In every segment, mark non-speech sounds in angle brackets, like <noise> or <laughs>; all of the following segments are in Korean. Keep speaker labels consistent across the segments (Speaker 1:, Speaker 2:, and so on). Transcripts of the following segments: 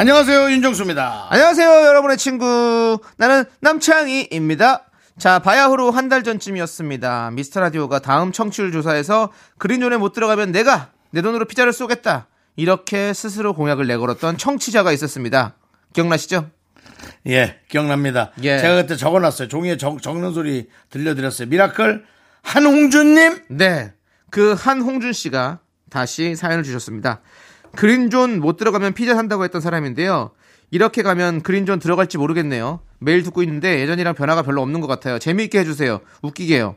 Speaker 1: 안녕하세요 윤정수입니다.
Speaker 2: 안녕하세요, 여러분의 친구. 나는 남창희입니다. 자, 바야흐로 한 달 전쯤이었습니다. 미스터 라디오가 다음 청취율 조사에서 그린존에 못 들어가면 내가 내 돈으로 피자를 쏘겠다. 이렇게 스스로 공약을 내걸었던 청취자가 있었습니다. 기억나시죠?
Speaker 1: 예, 기억납니다.
Speaker 2: 예.
Speaker 1: 제가 그때 적어놨어요. 종이에 적, 적는 소리 들려드렸어요. 미라클 한홍준님
Speaker 2: 네. 그 한홍준 씨가 다시 사연을 주셨습니다. 그린존 못 들어가면 피자 산다고 했던 사람인데요. 이렇게 가면 그린존 들어갈지 모르겠네요. 매일 듣고 있는데 예전이랑 변화가 별로 없는 것 같아요. 재미있게 해주세요. 웃기게요.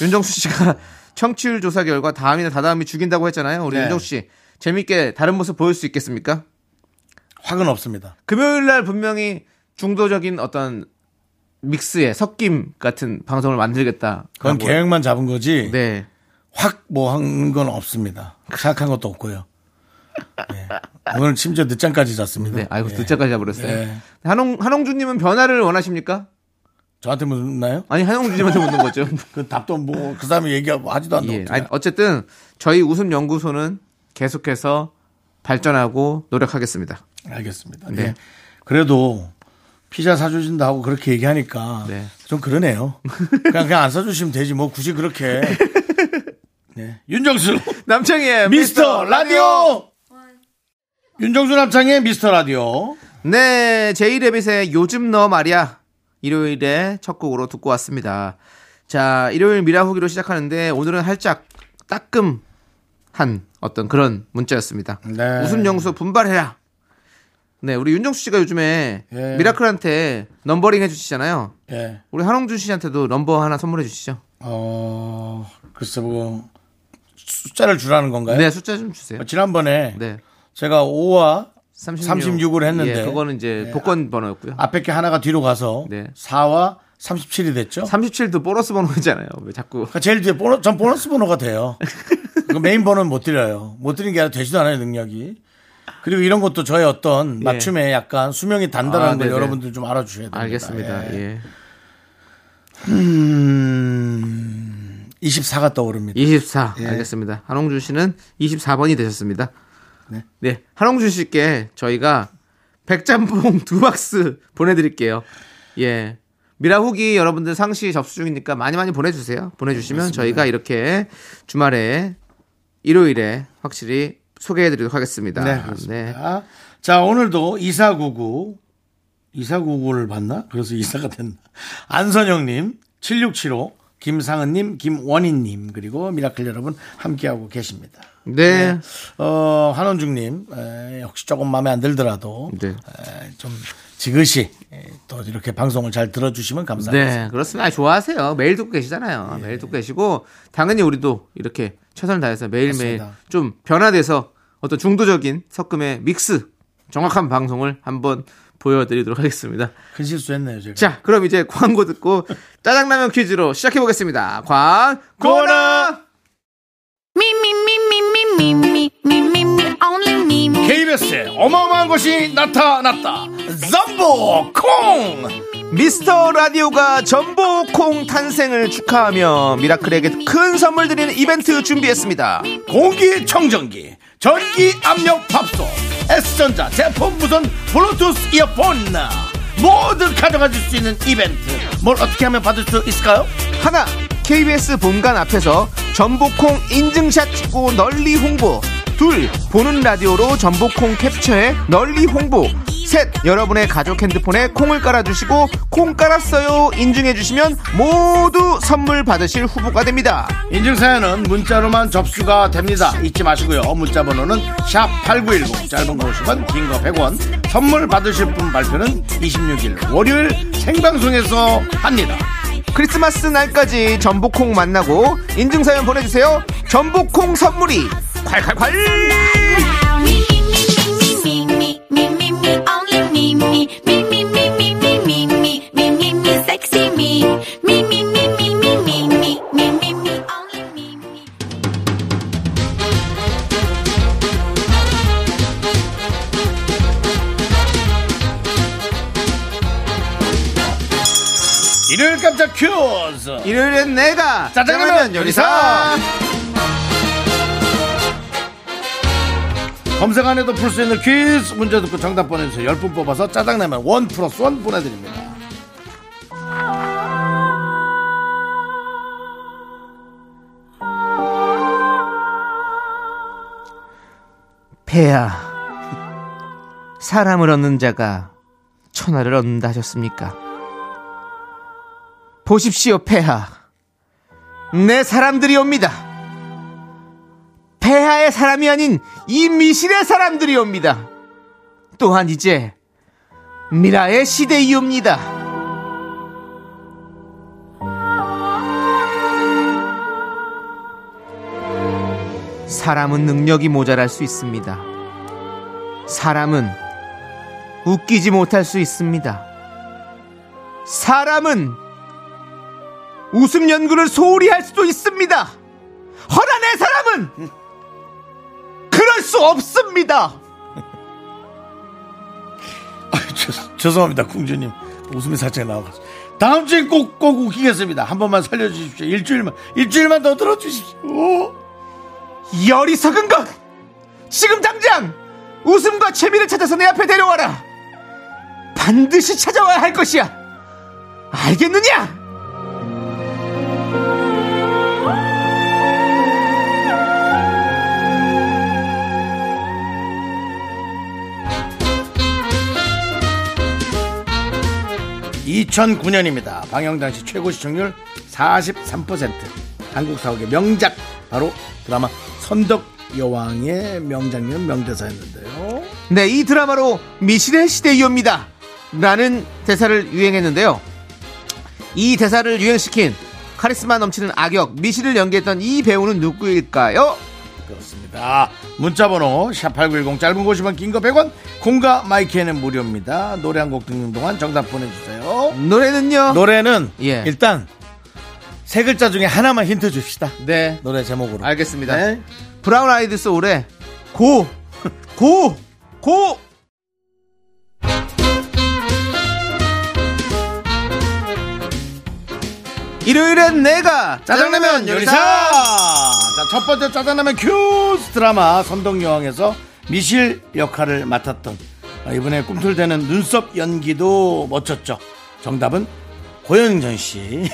Speaker 2: 윤정수 씨가 <laughs> 청취율 조사 결과 다음이나 다다음이 죽인다고 했잖아요. 우리
Speaker 1: 네.
Speaker 2: 윤정수 씨. 재미있게 다른 모습 보일 수 있겠습니까?
Speaker 1: 확은 없습니다.
Speaker 2: 금요일 날 분명히 중도적인 어떤 믹스의 섞임 같은 방송을 만들겠다.
Speaker 1: 그건
Speaker 2: 라고.
Speaker 1: 계획만 잡은 거지
Speaker 2: 네.
Speaker 1: 확 뭐 한 건 없습니다. 생각한 것도 없고요. 예. 오늘 심지어 늦잠까지 잤습니다.
Speaker 2: 네, 아이고
Speaker 1: 예.
Speaker 2: 늦자까지 잡으렸어요. 네,
Speaker 1: 예.
Speaker 2: 한홍 한홍준님은 변화를 원하십니까?
Speaker 1: 저한테 묻나요?
Speaker 2: 아니 한홍준님한테 묻는 거죠.
Speaker 1: 그 답도 뭐 그 사람이 얘기하고 하지도 않는
Speaker 2: 예.
Speaker 1: 것
Speaker 2: 아니,
Speaker 1: <laughs> 같아요.
Speaker 2: 어쨌든 저희 웃음 연구소는 계속해서 발전하고 노력하겠습니다.
Speaker 1: 알겠습니다.
Speaker 2: 네.
Speaker 1: 예. 그래도 피자 사주신다 하고 그렇게 얘기하니까
Speaker 2: 네.
Speaker 1: 좀 그러네요. 그냥 그냥 안 사주시면 되지 뭐 굳이 그렇게. 네.
Speaker 2: <laughs>
Speaker 1: 윤정수
Speaker 2: 남창희의
Speaker 1: 미스터 라디오. 윤정수 남창의 미스터 라디오.
Speaker 2: 네, 제이레빗의 요즘 너 말이야. 일요일에 첫 곡으로 듣고 왔습니다. 자, 일요일 미라 후기로 시작하는데 오늘은 살짝 따끔한 어떤 그런 문자였습니다.
Speaker 1: 네.
Speaker 2: 웃음 영수 분발해라. 네, 우리 윤정수 씨가 요즘에
Speaker 1: 예.
Speaker 2: 미라클한테 넘버링 해주시잖아요.
Speaker 1: 예.
Speaker 2: 우리 한홍준 씨한테도 넘버 하나 선물해 주시죠.
Speaker 1: 어 글쎄 뭐 숫자를 주라는 건가요? 어,
Speaker 2: 네, 숫자 좀 주세요.
Speaker 1: 지난번에
Speaker 2: 네.
Speaker 1: 제가 5와
Speaker 2: 36.
Speaker 1: 36. 을 했는데
Speaker 2: 예, 그거는 이제 복권 번호였고요.
Speaker 1: 앞에 게 하나가 뒤로 가서
Speaker 2: 네.
Speaker 1: 4와 37이 됐죠.
Speaker 2: 37도 보너스 번호잖아요. 왜 자꾸.
Speaker 1: 그러니까 제일 뒤에 보너, 전 보너스 번호가 돼요. 그 메인 번호는 못 드려요. 못 드리는 게 아니라 되지도 않아요, 능력이. 그리고 이런 것도 저의 어떤 맞춤에 약간 수명이 단단한
Speaker 2: 예. 아,
Speaker 1: 걸
Speaker 2: 네네.
Speaker 1: 여러분들 좀 알아주셔야 됩니다.
Speaker 2: 알겠습니다. 예.
Speaker 1: 음, 24가 떠오릅니다.
Speaker 2: 24.
Speaker 1: 예.
Speaker 2: 알겠습니다. 한홍준 씨는 24번이 되셨습니다. 네.
Speaker 1: 네.
Speaker 2: 한홍준 씨께 저희가 백짬뽕 두 박스 <laughs> 보내드릴게요. 예. 미라 후기 여러분들 상시 접수 중이니까 많이 많이 보내주세요. 보내주시면 저희가 이렇게 주말에 일요일에 확실히 소개해드리도록 하겠습니다.
Speaker 1: 네,
Speaker 2: 네.
Speaker 1: 그렇습니다. 자, 오늘도 2499. 2499를 봤나? 그래서 이사가 됐나? 안선영님, 7675, 김상은님, 김원희님, 그리고 미라클 여러분 함께하고 계십니다.
Speaker 2: 네.
Speaker 1: 어, 한원중님, 에, 혹시 조금 마음에 안 들더라도
Speaker 2: 네.
Speaker 1: 에, 좀 지그시 에, 또 이렇게 방송을 잘 들어주시면 감사하겠습니다.
Speaker 2: 네, 그렇습니다. 아, 좋아하세요. 매일 듣고 계시잖아요.
Speaker 1: 예.
Speaker 2: 매일 듣고 계시고 당연히 우리도 이렇게 최선을 다해서 매일매일
Speaker 1: 맞습니다.
Speaker 2: 좀 변화돼서 어떤 중도적인 섞음의 믹스 정확한 방송을 한번 보여드리도록 하겠습니다.
Speaker 1: 큰 실수했네요, 제가.
Speaker 2: 자, 그럼 이제 광고 듣고 <laughs> 짜장라면 퀴즈로 시작해 보겠습니다. 광고나
Speaker 3: Me, me, me, me, me, me, me, me, me, me, only me, me.
Speaker 1: KBS에 어마어마한 것이 나타났다. 덤보 콩!
Speaker 2: 미스터 라디오가 전복콩 탄생을 축하하며 미라클에게 큰 선물 드리는 이벤트 준비했습니다.
Speaker 1: 공기청정기, 전기압력 밥솥, S전자 제품 무선 블루투스 이어폰 모두 가져가실 수 있는 이벤트 뭘 어떻게 하면 받을 수 있을까요?
Speaker 2: 하나 KBS 본관 앞에서 전복콩 인증샷 찍고 널리 홍보 둘 보는 라디오로 전복콩 캡처해 널리 홍보 셋 여러분의 가족 핸드폰에 콩을 깔아주시고 콩 깔았어요 인증해주시면 모두 선물 받으실 후보가 됩니다
Speaker 1: 인증사연은 문자로만 접수가 됩니다 잊지 마시고요 문자 번호는 샵8910 짧은 거 50원 긴 거 100원 선물 받으실 분 발표는 26일 월요일 생방송에서 합니다
Speaker 2: 크리스마스 날까지 전복콩 만나고 인증사연 보내주세요 전복콩 선물이 콸콸콸
Speaker 3: Me, me, me, me, me, me, me, me, me, only me, me, me, me, me,
Speaker 1: 깜짝 큐즈
Speaker 2: 일요일엔 내가
Speaker 1: 짜장라면 요리사. 검색 안 해도 풀 수 있는 퀴즈 문제 듣고 정답 보내주세요 10분 뽑아서 짜장라면 원 플러스 원 보내드립니다
Speaker 2: 폐야 사람을 얻는 자가 천하를 얻는다 하셨습니까? 보십시오 폐하 내 사람들이 옵니다 폐하의 사람이 아닌 이 미실의 사람들이 옵니다 또한 이제 미라의 시대이옵니다 사람은 능력이 모자랄 수 있습니다 사람은 웃기지 못할 수 있습니다. 사람은 웃음 연구를 소홀히 할 수도 있습니다. 허나 내 사람은 그럴 수 없습니다.
Speaker 1: 아, 죄- 죄송합니다 궁주님 웃음이 살짝 나와가지고 다음 주엔 꼭 꼭 웃기겠습니다 한 번만 살려주십시오 일주일만 일주일만 더 들어주십시오
Speaker 2: 열이 석은 것 지금 당장 웃음과 재미를 찾아서 내 앞에 데려와라. 반드시 찾아와야 할 것이야. 알겠느냐?
Speaker 1: 이 2009년입니다. 방영 당시 최고 시청률 43%. 한국 사옥의 명작 바로 드라마 선덕 여왕의 명장면 명대사였는데요.
Speaker 2: 네, 이 드라마로 미실의 시대이옵니다. 라는 대사를 유행했는데요. 이 대사를 유행시킨 카리스마 넘치는 악역 미실을 연기했던 이 배우는 누구일까요?
Speaker 1: 그렇습니다. 문자번호 샵8910 짧은 곳이면 긴 거 100원 공과 마이키에는 무료입니다. 노래 한 곡 듣는 동안 정답 보내주세요.
Speaker 2: 노래는요?
Speaker 1: 노래는
Speaker 2: 예.
Speaker 1: 일단 세 글자 중에 하나만 힌트 줍시다.
Speaker 2: 네,
Speaker 1: 노래 제목으로.
Speaker 2: 알겠습니다.
Speaker 1: 네.
Speaker 2: 브라운 아이드 소울의 고! <laughs> 고! 고! 일요일엔 내가
Speaker 1: 짜장라면 요리사! 자, 첫 번째 짜장라면 큐스 드라마 선덕여왕에서 미실 역할을 맡았던 아, 이번에 꿈틀대는 눈썹 연기도 멋졌죠. 정답은 고현정 <laughs> 씨.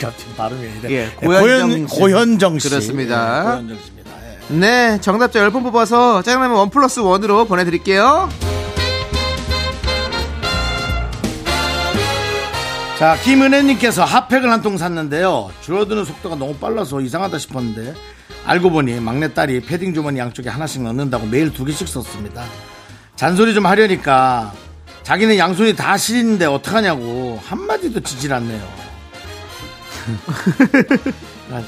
Speaker 1: 갑자기 발음이 이래.
Speaker 2: 예,
Speaker 1: 네,
Speaker 2: 고현정
Speaker 1: 고현,
Speaker 2: 씨.
Speaker 1: 고현정 씨.
Speaker 2: 그렇습니다.
Speaker 1: 네, 고현정 씨입니다. 예.
Speaker 2: 네, 정답자 10분 뽑아서 짜장라면 원 플러스 원으로 보내드릴게요.
Speaker 1: 자, 김은혜님께서 핫팩을 한 통 샀는데요. 줄어드는 속도가 너무 빨라서 이상하다 싶었는데, 알고 보니 막내딸이 패딩 주머니 양쪽에 하나씩 넣는다고 매일 두 개씩 썼습니다. 잔소리 좀 하려니까, 자기는 양손이 다 시린데 어떡하냐고, 한마디도 지질 않네요. <laughs> 난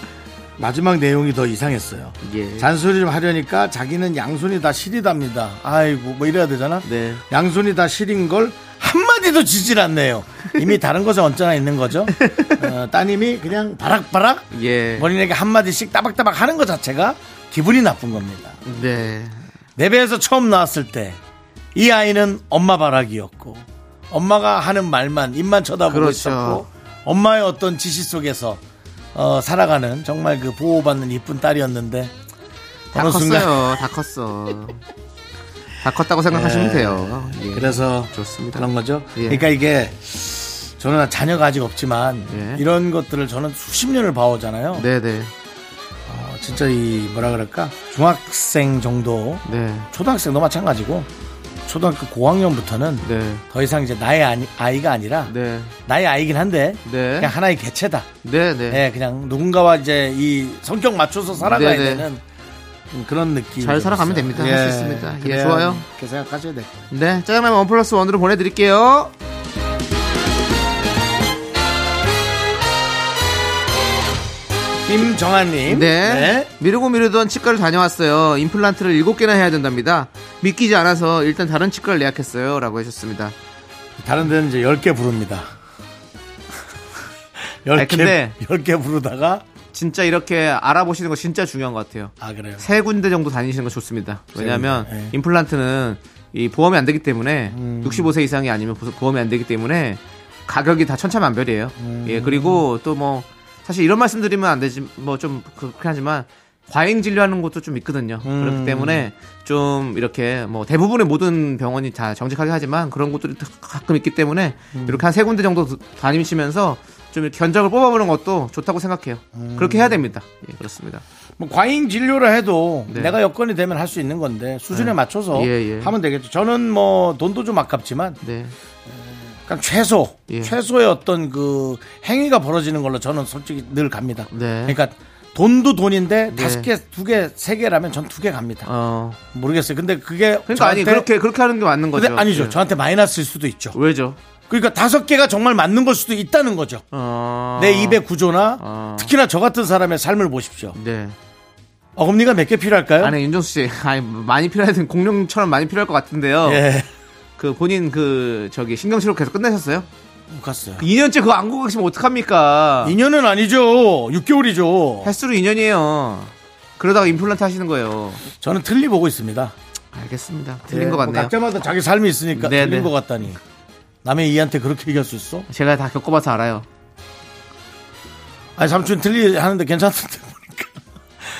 Speaker 1: 마지막 내용이 더 이상했어요.
Speaker 2: 예.
Speaker 1: 잔소리 좀 하려니까 자기는 양손이 다 시리답니다. 아이고, 뭐 이래야 되잖아?
Speaker 2: 네.
Speaker 1: 양손이 다 시린 걸 한마디도 지질 않네요. 이미 다른 것에 언짢아 있는 거죠. 어, 따님이 그냥 바락바락
Speaker 2: 예.
Speaker 1: 본인에게 한마디씩 따박따박 하는 것 자체가 기분이 나쁜 겁니다.
Speaker 2: 네.
Speaker 1: 내 배에서 처음 나왔을 때 이 아이는 엄마 바락이었고 엄마가 하는 말만 입만 쳐다보고
Speaker 2: 그렇죠.
Speaker 1: 있었고 엄마의 어떤 지시 속에서 어, 살아가는 정말 그 보호받는 이쁜 딸이었는데
Speaker 2: 다
Speaker 1: 어느
Speaker 2: 컸어요.
Speaker 1: 순간-
Speaker 2: 다 컸어. 다 컸다고 생각하시면
Speaker 1: 예.
Speaker 2: 돼요. 예.
Speaker 1: 그래서
Speaker 2: 좋습니다.
Speaker 1: 그런 거죠.
Speaker 2: 예.
Speaker 1: 그러니까 이게 저는 자녀가 아직 없지만
Speaker 2: 예.
Speaker 1: 이런 것들을 저는 수십 년을 봐오잖아요.
Speaker 2: 네네.
Speaker 1: 어, 진짜 이 뭐라 그럴까 중학생 정도,
Speaker 2: 네.
Speaker 1: 초등학생도 마찬가지고 초등학교 고학년부터는
Speaker 2: 네.
Speaker 1: 더 이상 이제 나의 아니, 아이가 아니라
Speaker 2: 네.
Speaker 1: 나의 아이긴 한데
Speaker 2: 네.
Speaker 1: 그냥 하나의 개체다.
Speaker 2: 네.
Speaker 1: 예,
Speaker 2: 네.
Speaker 1: 그냥 누군가와 이제 이 성격 맞춰서 살아가야
Speaker 2: 네네.
Speaker 1: 되는 좀 그런 느낌.
Speaker 2: 잘 살아가면 됩니다. 할수 있습니다. 예, 좋아요.
Speaker 1: 이렇게 생각하셔야 될 거예요.
Speaker 2: 네. 짜장라면 원 플러스 원으로 보내드릴게요.
Speaker 1: 김정아님.
Speaker 2: 네. 미루고 미루던 치과를 다녀왔어요. 임플란트를 7개나 해야 된답니다. 믿기지 않아서 일단 다른 치과를 예약했어요. 라고 하셨습니다.
Speaker 1: 다른 데는 이제 10개
Speaker 2: <laughs>
Speaker 1: 부릅니다. 10개,
Speaker 2: 아니, 근데-
Speaker 1: 10개 부르다가
Speaker 2: 진짜 이렇게 알아보시는 거 진짜 중요한 것 같아요.
Speaker 1: 아 그래요.
Speaker 2: 세 군데 정도 다니시는 거 좋습니다. 왜냐하면
Speaker 1: 군데, 예. 음.
Speaker 2: 임플란트는 이 보험이 안 되기 때문에 65세 이상이 아니면 보- 보험이 안 되기 때문에 가격이 다 천차만별이에요.
Speaker 1: 음.
Speaker 2: 예, 그리고 또 뭐 사실 이런 말씀 드리면 안 되지 뭐 좀 그렇긴 하지만 과잉 진료하는 것도 좀 있거든요.
Speaker 1: 음.
Speaker 2: 그렇기 때문에 좀 이렇게 뭐 대부분의 모든 병원이 다 정직하게 하지만 그런 곳들이 다 가끔 있기 때문에
Speaker 1: 음.
Speaker 2: 이렇게 한 세 군데 정도 다니시면서 좀 이렇게 견적을 뽑아보는 것도 좋다고 생각해요.
Speaker 1: 음.
Speaker 2: 그렇게 해야 됩니다. 예, 그렇습니다.
Speaker 1: 뭐 과잉 진료를 해도
Speaker 2: 네.
Speaker 1: 내가 여건이 되면 할 수 있는 건데 수준에 맞춰서
Speaker 2: 예, 예.
Speaker 1: 하면 되겠죠. 저는 뭐 돈도 좀 아깝지만
Speaker 2: 네.
Speaker 1: 그냥 최소
Speaker 2: 예.
Speaker 1: 최소의 어떤 그 행위가 벌어지는 걸로 저는 솔직히 늘 갑니다.
Speaker 2: 네.
Speaker 1: 그러니까 돈도 돈인데
Speaker 2: 네.
Speaker 1: 다섯 개, 두 개, 세 개라면 전 두 개 갑니다.
Speaker 2: 어.
Speaker 1: 모르겠어요. 근데 그게
Speaker 2: 그러니까 아니 그렇게 그렇게 하는 게 맞는 거죠.
Speaker 1: 근데 네, 아니죠.
Speaker 2: 예.
Speaker 1: 저한테 마이너스일 수도 있죠.
Speaker 2: 왜죠?
Speaker 1: 그러니까 다섯 개가 정말 맞는 걸 수도 있다는 거죠.
Speaker 2: 어.
Speaker 1: 내 입의 구조나
Speaker 2: 어.
Speaker 1: 특히나 저 같은 사람의 삶을 보십시오.
Speaker 2: 네.
Speaker 1: 어금니가 몇 개 필요할까요?
Speaker 2: 아니 윤정수 씨, <laughs> 아니 많이 필요하든 공룡처럼 많이 필요할 것 같은데요.
Speaker 1: 예,
Speaker 2: 그 본인 그 저기 신경 치료해서 끝내셨어요?
Speaker 1: 못 갔어요.
Speaker 2: 그 2년째 그거 안고 가시면 어떡합니까?
Speaker 1: 2년은 아니죠. 6개월이죠.
Speaker 2: 횟수로 2년이에요. 그러다가 임플란트 하시는 거예요.
Speaker 1: 저는 틀리 보고 있습니다.
Speaker 2: 알겠습니다. 틀린
Speaker 1: 예,
Speaker 2: 것
Speaker 1: 뭐
Speaker 2: 같네요.
Speaker 1: 각자마다 자기 삶이 있으니까
Speaker 2: 네,
Speaker 1: 틀린
Speaker 2: 네.
Speaker 1: 것 같다니. 남의 이한테 그렇게 얘기할 수 있어?
Speaker 2: 제가 다 겪어봐서 알아요.
Speaker 1: 아니 삼촌 틀리 하는데 괜찮던데.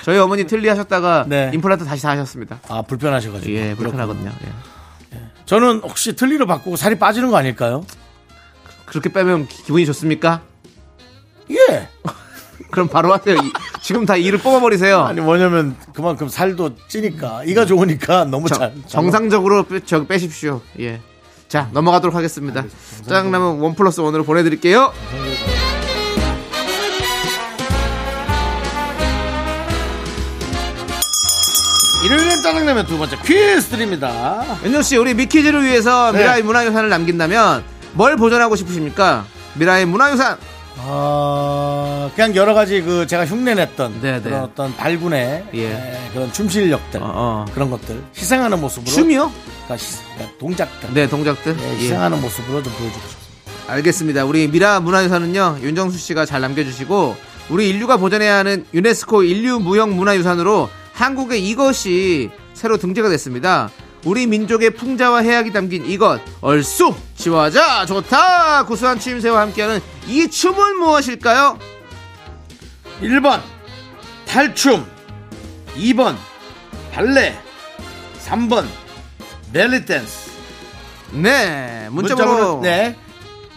Speaker 2: 저희 어머니 틀리 하셨다가
Speaker 1: 네.
Speaker 2: 임플란트 다시 다 하셨습니다.
Speaker 1: 아 불편하셔가지고.
Speaker 2: 예,
Speaker 1: 그렇군요.
Speaker 2: 불편하거든요. 예.
Speaker 1: 저는 혹시 틀리로 바꾸고 살이 빠지는 거 아닐까요?
Speaker 2: 그렇게 빼면 기- 기분이 좋습니까?
Speaker 1: 예.
Speaker 2: 그럼 바로 하세요. 이- 지금 다 이를 뽑아버리세요.
Speaker 1: 아니 뭐냐면 그만큼 살도 찌니까 이가 좋으니까 너무
Speaker 2: 정-
Speaker 1: 잘
Speaker 2: 정상적으로 빼, 저 빼십시오. 예. 자, 넘어가도록 하겠습니다. 짜장라면 원 플러스 원으로 보내드릴게요.
Speaker 1: 일요일엔 짜장라면 두 번째 퀴즈 드립니다.
Speaker 2: 윤정 씨, 우리 미키즈를 위해서
Speaker 1: 네.
Speaker 2: 미라의 문화유산을 남긴다면 뭘 보존하고 싶으십니까? 미라의 문화유산.
Speaker 1: 아 그냥 여러 가지 그 제가 흉내냈던
Speaker 2: 네, 네.
Speaker 1: 그런 어떤 발군의
Speaker 2: 예.
Speaker 1: 에, 그런 춤 실력들
Speaker 2: 어, 어.
Speaker 1: 그런 것들 희생하는 모습으로
Speaker 2: 춤이요?
Speaker 1: 그러니까 시- 그러니까 동작들
Speaker 2: 네, 동작들.
Speaker 1: 예,
Speaker 2: 예.
Speaker 1: 희생하는 모습으로 좀 보여주고 싶습니다.
Speaker 2: 알겠습니다. 우리 미라 문화유산은요, 윤정수 씨가 잘 남겨주시고, 우리 인류가 보존해야 하는 유네스코 인류 무형 문화유산으로 한국의 이것이 새로 등재가 됐습니다. 우리 민족의 풍자와 해악이 담긴 이것, 얼쑤! 지화자! 좋다! 구수한 추임새와 함께하는 이 춤은 무엇일까요?
Speaker 1: 1번 탈춤 2번 발레 3번 벨리 댄스
Speaker 2: 네, 문자로.
Speaker 1: 문자로 네.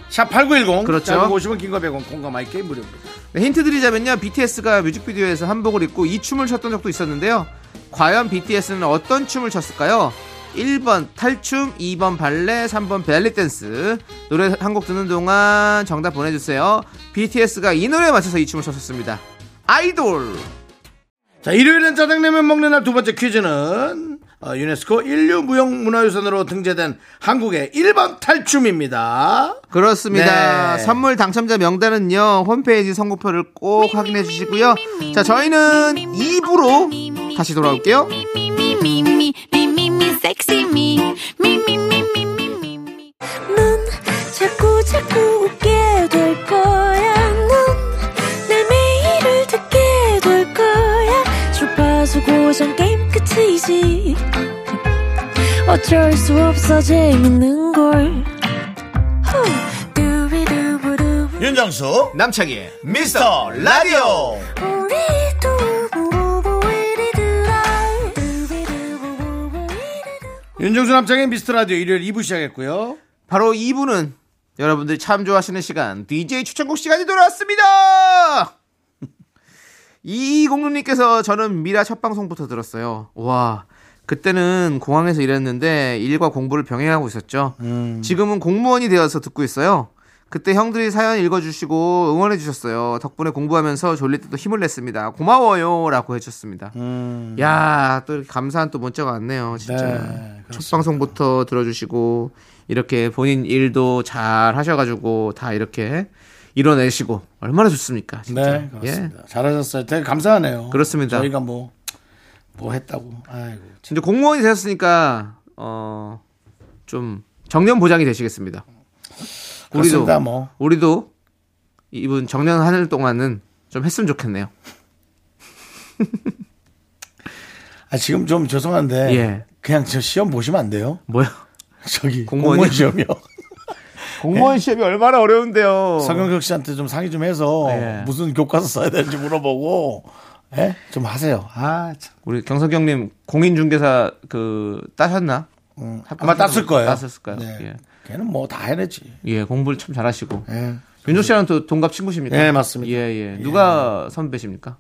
Speaker 1: 샵8910
Speaker 2: 그렇죠.
Speaker 1: 짧은 거 50원 긴거 100원 공과 마이크 무료입니다.
Speaker 2: 네, 힌트 드리자면요. BTS가 뮤직비디오에서 한복을 입고 이 춤을 췄던 적도 있었는데요. 과연 BTS는 어떤 춤을 췄을까요? 1번 탈춤, 2번 발레, 3번 벨리 댄스. 노래 한 곡 듣는 동안 정답 보내주세요. BTS가 이 노래에 맞춰서 이 춤을 췄었습니다. 아이돌!
Speaker 1: 자, 일요일엔 짜장라면 먹는 날 두 번째 퀴즈는 어, 유네스코 인류 무형 문화유산으로 등재된 한국의 1번 탈춤입니다.
Speaker 2: 그렇습니다.
Speaker 1: 네.
Speaker 2: 선물 당첨자 명단은요. 홈페이지 선고표를 꼭 확인해 주시고요. 자, 저희는 2부로 다시 돌아올게요.
Speaker 4: 넌 자꾸 자꾸 웃게 될 거야. 넌내 매일을 듣게 될 거야. 주파수 고정 게임 끝이지. 어쩔 수 없어 재밌는 걸. 후. 두비두부두.
Speaker 1: 윤정수
Speaker 2: 남창희의
Speaker 1: 미스터 라디오
Speaker 4: 우리 두부부부 우리들아. 두비두부부부 우리들아.
Speaker 1: 윤정수 남창의 미스터 라디오 일요일 2부 시작했고요.
Speaker 2: 바로 2부는 여러분들이 참 좋아하시는 시간 DJ 추천곡 시간이 <laughs> 돌아왔습니다. 2206님께서 저는 미라 첫 방송부터 들었어요. 와 그때는 공항에서 일했는데 일과 공부를 병행하고 있었죠. 지금은 공무원이 되어서 듣고 있어요. 그때 형들이 사연 읽어주시고 응원해주셨어요. 덕분에 공부하면서 졸릴 때도 힘을 냈습니다. 고마워요. 라고 해주셨습니다. 야, 또 이렇게 감사한 또 문자가 왔네요. 진짜. 첫 방송부터 들어주시고, 이렇게 본인 일도 잘 하셔가지고, 다 이렇게 이뤄내시고, 얼마나 좋습니까? 진짜.
Speaker 1: 네, 그렇습니다. 잘하셨어요. 되게 감사하네요.
Speaker 2: 예. 그렇습니다.
Speaker 1: 저희가 뭐 뭐 했다고. 아이고.
Speaker 2: 진짜 공무원이 되셨으니까, 어, 좀, 정년 보장이 되시겠습니다. 우리도,
Speaker 1: 그렇습니다, 뭐.
Speaker 2: 우리도, 이분 정년 하늘 동안은 좀 했으면 좋겠네요.
Speaker 1: 아, 지금 좀 죄송한데
Speaker 2: 예.
Speaker 1: 그냥 저 시험 보시면 안 돼요? <laughs>
Speaker 2: 뭐야?
Speaker 1: 저기
Speaker 2: 공무원이?
Speaker 1: 공무원 시험이요. 예?
Speaker 2: 공무원 <laughs> 시험이 얼마나 어려운데요.
Speaker 1: 성경석 씨한테 좀 상의 좀 해서
Speaker 2: 예.
Speaker 1: 무슨 교과서 써야 되는지 물어보고 예? 좀 하세요. 아, 참.
Speaker 2: 우리 경석경님 공인중개사 그 따셨나?
Speaker 1: 아마 땄을 거예요.
Speaker 2: 음, 땄을까요?
Speaker 1: 네.
Speaker 2: 예.
Speaker 1: 걔는 뭐 다 해내지.
Speaker 2: 예, 공부를 참 잘하시고.
Speaker 1: 예.
Speaker 2: 윤종 씨랑 또 동갑 친구십니까?
Speaker 1: 예, 맞습니다.
Speaker 2: 예, 예. 누가 선배십니까?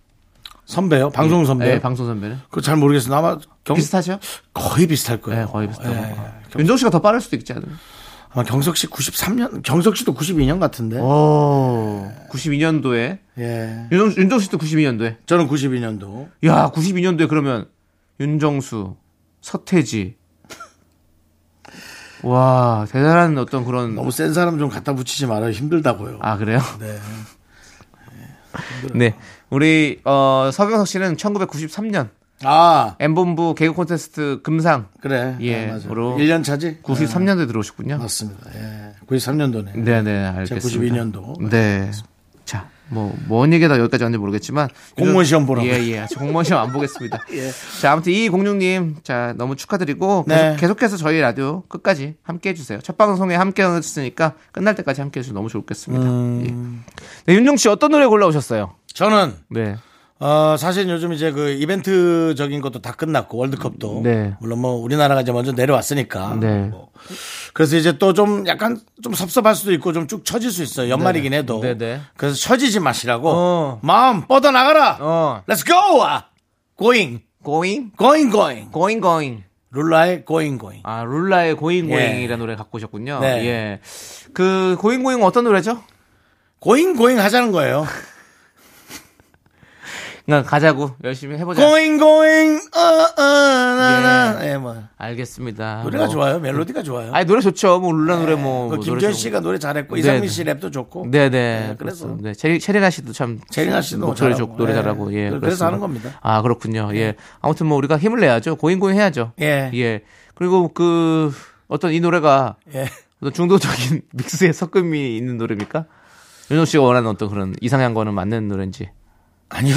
Speaker 1: 선배요? 방송 선배요?
Speaker 2: 예, 방송 선배는.
Speaker 1: 그거 잘 모르겠어요. 아마 경...
Speaker 2: 비슷하죠?
Speaker 1: 거의 비슷할
Speaker 2: 예,
Speaker 1: 거예요.
Speaker 2: 거의 비슷하고.
Speaker 1: 예.
Speaker 2: 윤종 씨가 더 빠를 수도 있지 않아요?
Speaker 1: 아마 경석 씨 93년, 경석 씨도 92년 같은데.
Speaker 2: 어.
Speaker 1: 어.
Speaker 2: 오. 92년도에.
Speaker 1: 예.
Speaker 2: 윤종, 윤종 씨도 92년도에.
Speaker 1: 저는 92년도.
Speaker 2: 야, 92년도에 그러면 윤정수, 서태지. 와, 대단한 어떤 그런
Speaker 1: 너무 센 사람 좀 갖다 붙이지 말아요. 힘들다고요.
Speaker 2: 아, 그래요?
Speaker 1: 네.
Speaker 2: 네. 우리 어 서경석 씨는 1993년
Speaker 1: 아,
Speaker 2: M본부 개그 콘테스트 금상
Speaker 1: 그래.
Speaker 2: 예,
Speaker 1: 아, 맞아요.
Speaker 2: 바로
Speaker 1: 1년 차지? 네,
Speaker 2: 93년도에 들어오셨군요.
Speaker 1: 맞습니다. 예. 93년도네.
Speaker 2: 네, 네, 알겠습니다.
Speaker 1: 92 년도.
Speaker 2: 네. 자, 뭐, 뭔 얘기다 여기까지 왔는지 모르겠지만.
Speaker 1: 공무원 시험 보라고.
Speaker 2: 예, 예. 아직 공무원 시험 안 보겠습니다.
Speaker 1: <laughs>
Speaker 2: 자, 아무튼 이 공룡님, 자, 너무 축하드리고.
Speaker 1: 네.
Speaker 2: 계속, 해서 저희 라디오 끝까지 함께 해주세요. 첫 방송에 함께 했으니까 끝날 때까지 함께 해주시면 너무 좋겠습니다.
Speaker 1: 음.
Speaker 2: 예. 네, 윤종 씨 어떤 노래 골라오셨어요?
Speaker 1: 저는
Speaker 2: 네.
Speaker 1: 어, 사실 요즘 이제 그 이벤트적인 것도 다 끝났고 월드컵도
Speaker 2: 네.
Speaker 1: 물론 뭐 우리나라가 이제 먼저 내려왔으니까
Speaker 2: 네.
Speaker 1: 뭐. 그래서 이제 또 좀 약간 좀 섭섭할 수도 있고 좀 쭉 처질 수 있어요 연말이긴 해도
Speaker 2: 네, 네.
Speaker 1: 그래서 처지지 마시라고
Speaker 2: 어.
Speaker 1: 마음 뻗어 나가라
Speaker 2: 어.
Speaker 1: Let's go 아, going
Speaker 2: 고잉?
Speaker 1: going going
Speaker 2: 고잉, 고잉.
Speaker 1: 룰라의 going going
Speaker 2: 아, 룰라의 고잉,
Speaker 1: 예.
Speaker 2: 고잉이라는 노래 갖고 오셨군요.
Speaker 1: 네.
Speaker 2: 예. 그, 고잉, 고잉 어떤 노래죠?
Speaker 1: going going 하자는
Speaker 2: <laughs>
Speaker 1: 거예요
Speaker 2: 그냥 가자고. 열심히 해보자.
Speaker 1: going going 어, 어어나나
Speaker 2: 네. 예.
Speaker 1: 예. 뭐
Speaker 2: 알겠습니다.
Speaker 1: 노래가
Speaker 2: 뭐.
Speaker 1: 좋아요 멜로디가 좋아요
Speaker 2: 아니 노래 좋죠. 뭐 룰라 노래 뭐.
Speaker 1: 그
Speaker 2: 뭐
Speaker 1: 김재현
Speaker 2: 노래
Speaker 1: 씨가 노래 잘했고
Speaker 2: 네, 네.
Speaker 1: 이상민 씨 랩도 좋고
Speaker 2: 네네. 네,
Speaker 1: 그래서.
Speaker 2: 그래서 네 체리 체리나 씨도 참
Speaker 1: 체리나 씨도
Speaker 2: 목소리
Speaker 1: 잘하고.
Speaker 2: 좋고 노래
Speaker 1: 예.
Speaker 2: 잘하고 예
Speaker 1: 그래서
Speaker 2: 그렇습니다.
Speaker 1: 하는 겁니다. 네.
Speaker 2: 아 그렇군요. 예 아무튼 뭐 우리가 힘을 내야죠. 고인고인 해야죠.
Speaker 1: 예.
Speaker 2: 예 그리고 그 어떤 이 노래가
Speaker 1: 예.
Speaker 2: 어떤 중도적인 <laughs> 믹스의 섞음이 있는 노래입니까? 윤호 씨가 원하는 어떤 그런 이상한 거는 맞는 노래인지. <laughs>
Speaker 1: 아니요.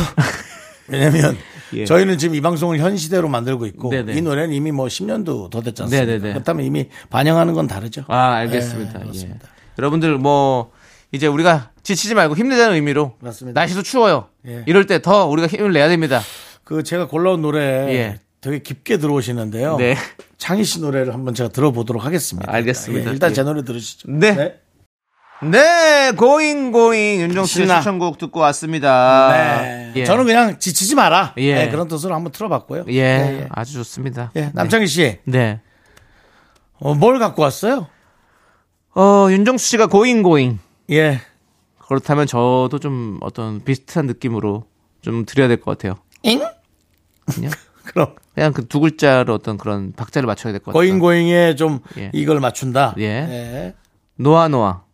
Speaker 1: 왜냐면
Speaker 2: 예.
Speaker 1: 저희는 지금 이 방송을 현 시대로 만들고 있고
Speaker 2: 네네.
Speaker 1: 이 노래는 이미 뭐 10년도 더 됐지 않습니까?
Speaker 2: 네네네.
Speaker 1: 그렇다면 이미 반영하는 건 다르죠.
Speaker 2: 아 알겠습니다.
Speaker 1: 예,
Speaker 2: 예,
Speaker 1: 그렇습니다.
Speaker 2: 여러분들 뭐 이제 우리가 지치지 말고 힘내자는 의미로
Speaker 1: 맞습니다.
Speaker 2: 날씨도 추워요.
Speaker 1: 예.
Speaker 2: 이럴 때 더 우리가 힘을 내야 됩니다.
Speaker 1: 그 제가 골라온 노래
Speaker 2: 예.
Speaker 1: 되게 깊게 들어오시는데요.
Speaker 2: 네.
Speaker 1: 창희 씨 노래를 한번 제가 들어보도록 하겠습니다.
Speaker 2: 알겠습니다.
Speaker 1: 예, 일단
Speaker 2: 예.
Speaker 1: 제 노래 들으시죠.
Speaker 2: 네. 네, 고잉 고잉 윤정수
Speaker 1: 신나.
Speaker 2: 추천곡 듣고 왔습니다.
Speaker 1: 네.
Speaker 2: 예.
Speaker 1: 저는 그냥 지치지 마라.
Speaker 2: 예.
Speaker 1: 예, 그런 뜻으로 한번 틀어봤고요.
Speaker 2: 예,
Speaker 1: 예,
Speaker 2: 아주 좋습니다.
Speaker 1: 예. 예, 남창희 씨,
Speaker 2: 네.
Speaker 1: 어, 뭘 갖고 왔어요?
Speaker 2: 어, 윤정수 씨가 고잉 고잉.
Speaker 1: 예.
Speaker 2: 그렇다면 저도 좀 어떤 비슷한 느낌으로 좀 드려야 될 것 같아요.
Speaker 1: 잉?
Speaker 2: 그냥 <laughs>
Speaker 1: 그럼
Speaker 2: 그냥 그 두 글자로 어떤 그런 박자를 맞춰야 될 것 같아요.
Speaker 1: 고잉고잉에 좀
Speaker 2: 예.
Speaker 1: 이걸 맞춘다.
Speaker 2: 예.
Speaker 1: 예.
Speaker 2: 노아 노아.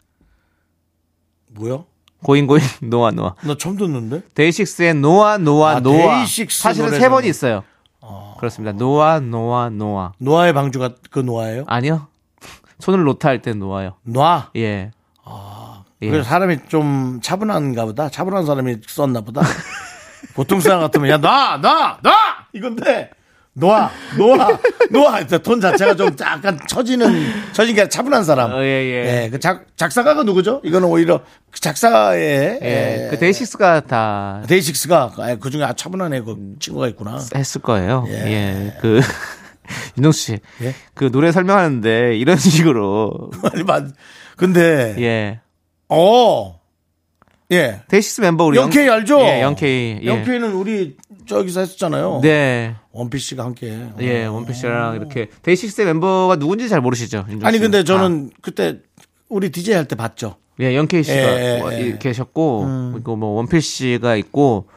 Speaker 1: 뭐요?
Speaker 2: 고잉 <laughs> 고잉 노아 노아.
Speaker 1: 나 처음 듣는데?
Speaker 2: 데이식스의 노아 노아
Speaker 1: 아,
Speaker 2: 노아.
Speaker 1: 데이식스
Speaker 2: 사실은
Speaker 1: 노래는-
Speaker 2: 세 번이 있어요. 그렇습니다. 노아 노아 노아.
Speaker 1: 노아의 방주가 그 노아예요?
Speaker 2: 아니요. 손을 놓다 할 때 노아요.
Speaker 1: 노아.
Speaker 2: 예. 예.
Speaker 1: 그래서 사람이 좀 차분한가 보다. 차분한 사람이 썼나 보다. <laughs> 보통 사람 같으면 야, 놔! 놔! 놔! 이건데. 노아, 노아, 노아. 일단 톤 자체가 좀 약간 처지는, 처진 게 아니라 차분한 사람.
Speaker 2: 어, 예, 예.
Speaker 1: 그 작, 작사가가 누구죠? 이거는 오히려 그 작사의.
Speaker 2: 예,
Speaker 1: 예,
Speaker 2: 그 데이식스가 다
Speaker 1: 데이식스가 아, 그 중에 아, 차분한 애 그 친구가 있구나. <laughs>
Speaker 2: 했을 거예요.
Speaker 1: 예.
Speaker 2: 예. 그 <laughs> 윤정 씨.
Speaker 1: 예?
Speaker 2: 그 노래 설명하는데 이런 <laughs> 식으로
Speaker 1: 아니, 맞. 근데.
Speaker 2: 예.
Speaker 1: 어. 예.
Speaker 2: 데이식스 멤버 우리
Speaker 1: 영케이
Speaker 2: 영-
Speaker 1: 알죠?
Speaker 2: 예, 영케이. 예.
Speaker 1: 영케이는 우리 저기서 했었잖아요.
Speaker 2: 네.
Speaker 1: 원피스 씨가 함께.
Speaker 2: 예, 원피스랑 이렇게 데이식스의 멤버가 누군지 잘 모르시죠? 윤정
Speaker 1: 아니
Speaker 2: 씨는?
Speaker 1: 근데 저는 그때 우리 DJ 할 때 봤죠.
Speaker 2: 아, 예, 영케이 씨가
Speaker 1: 예, 예,
Speaker 2: 뭐
Speaker 1: 예. 음.
Speaker 2: 이- 계셨고 그리고 뭐 원필 씨가 있고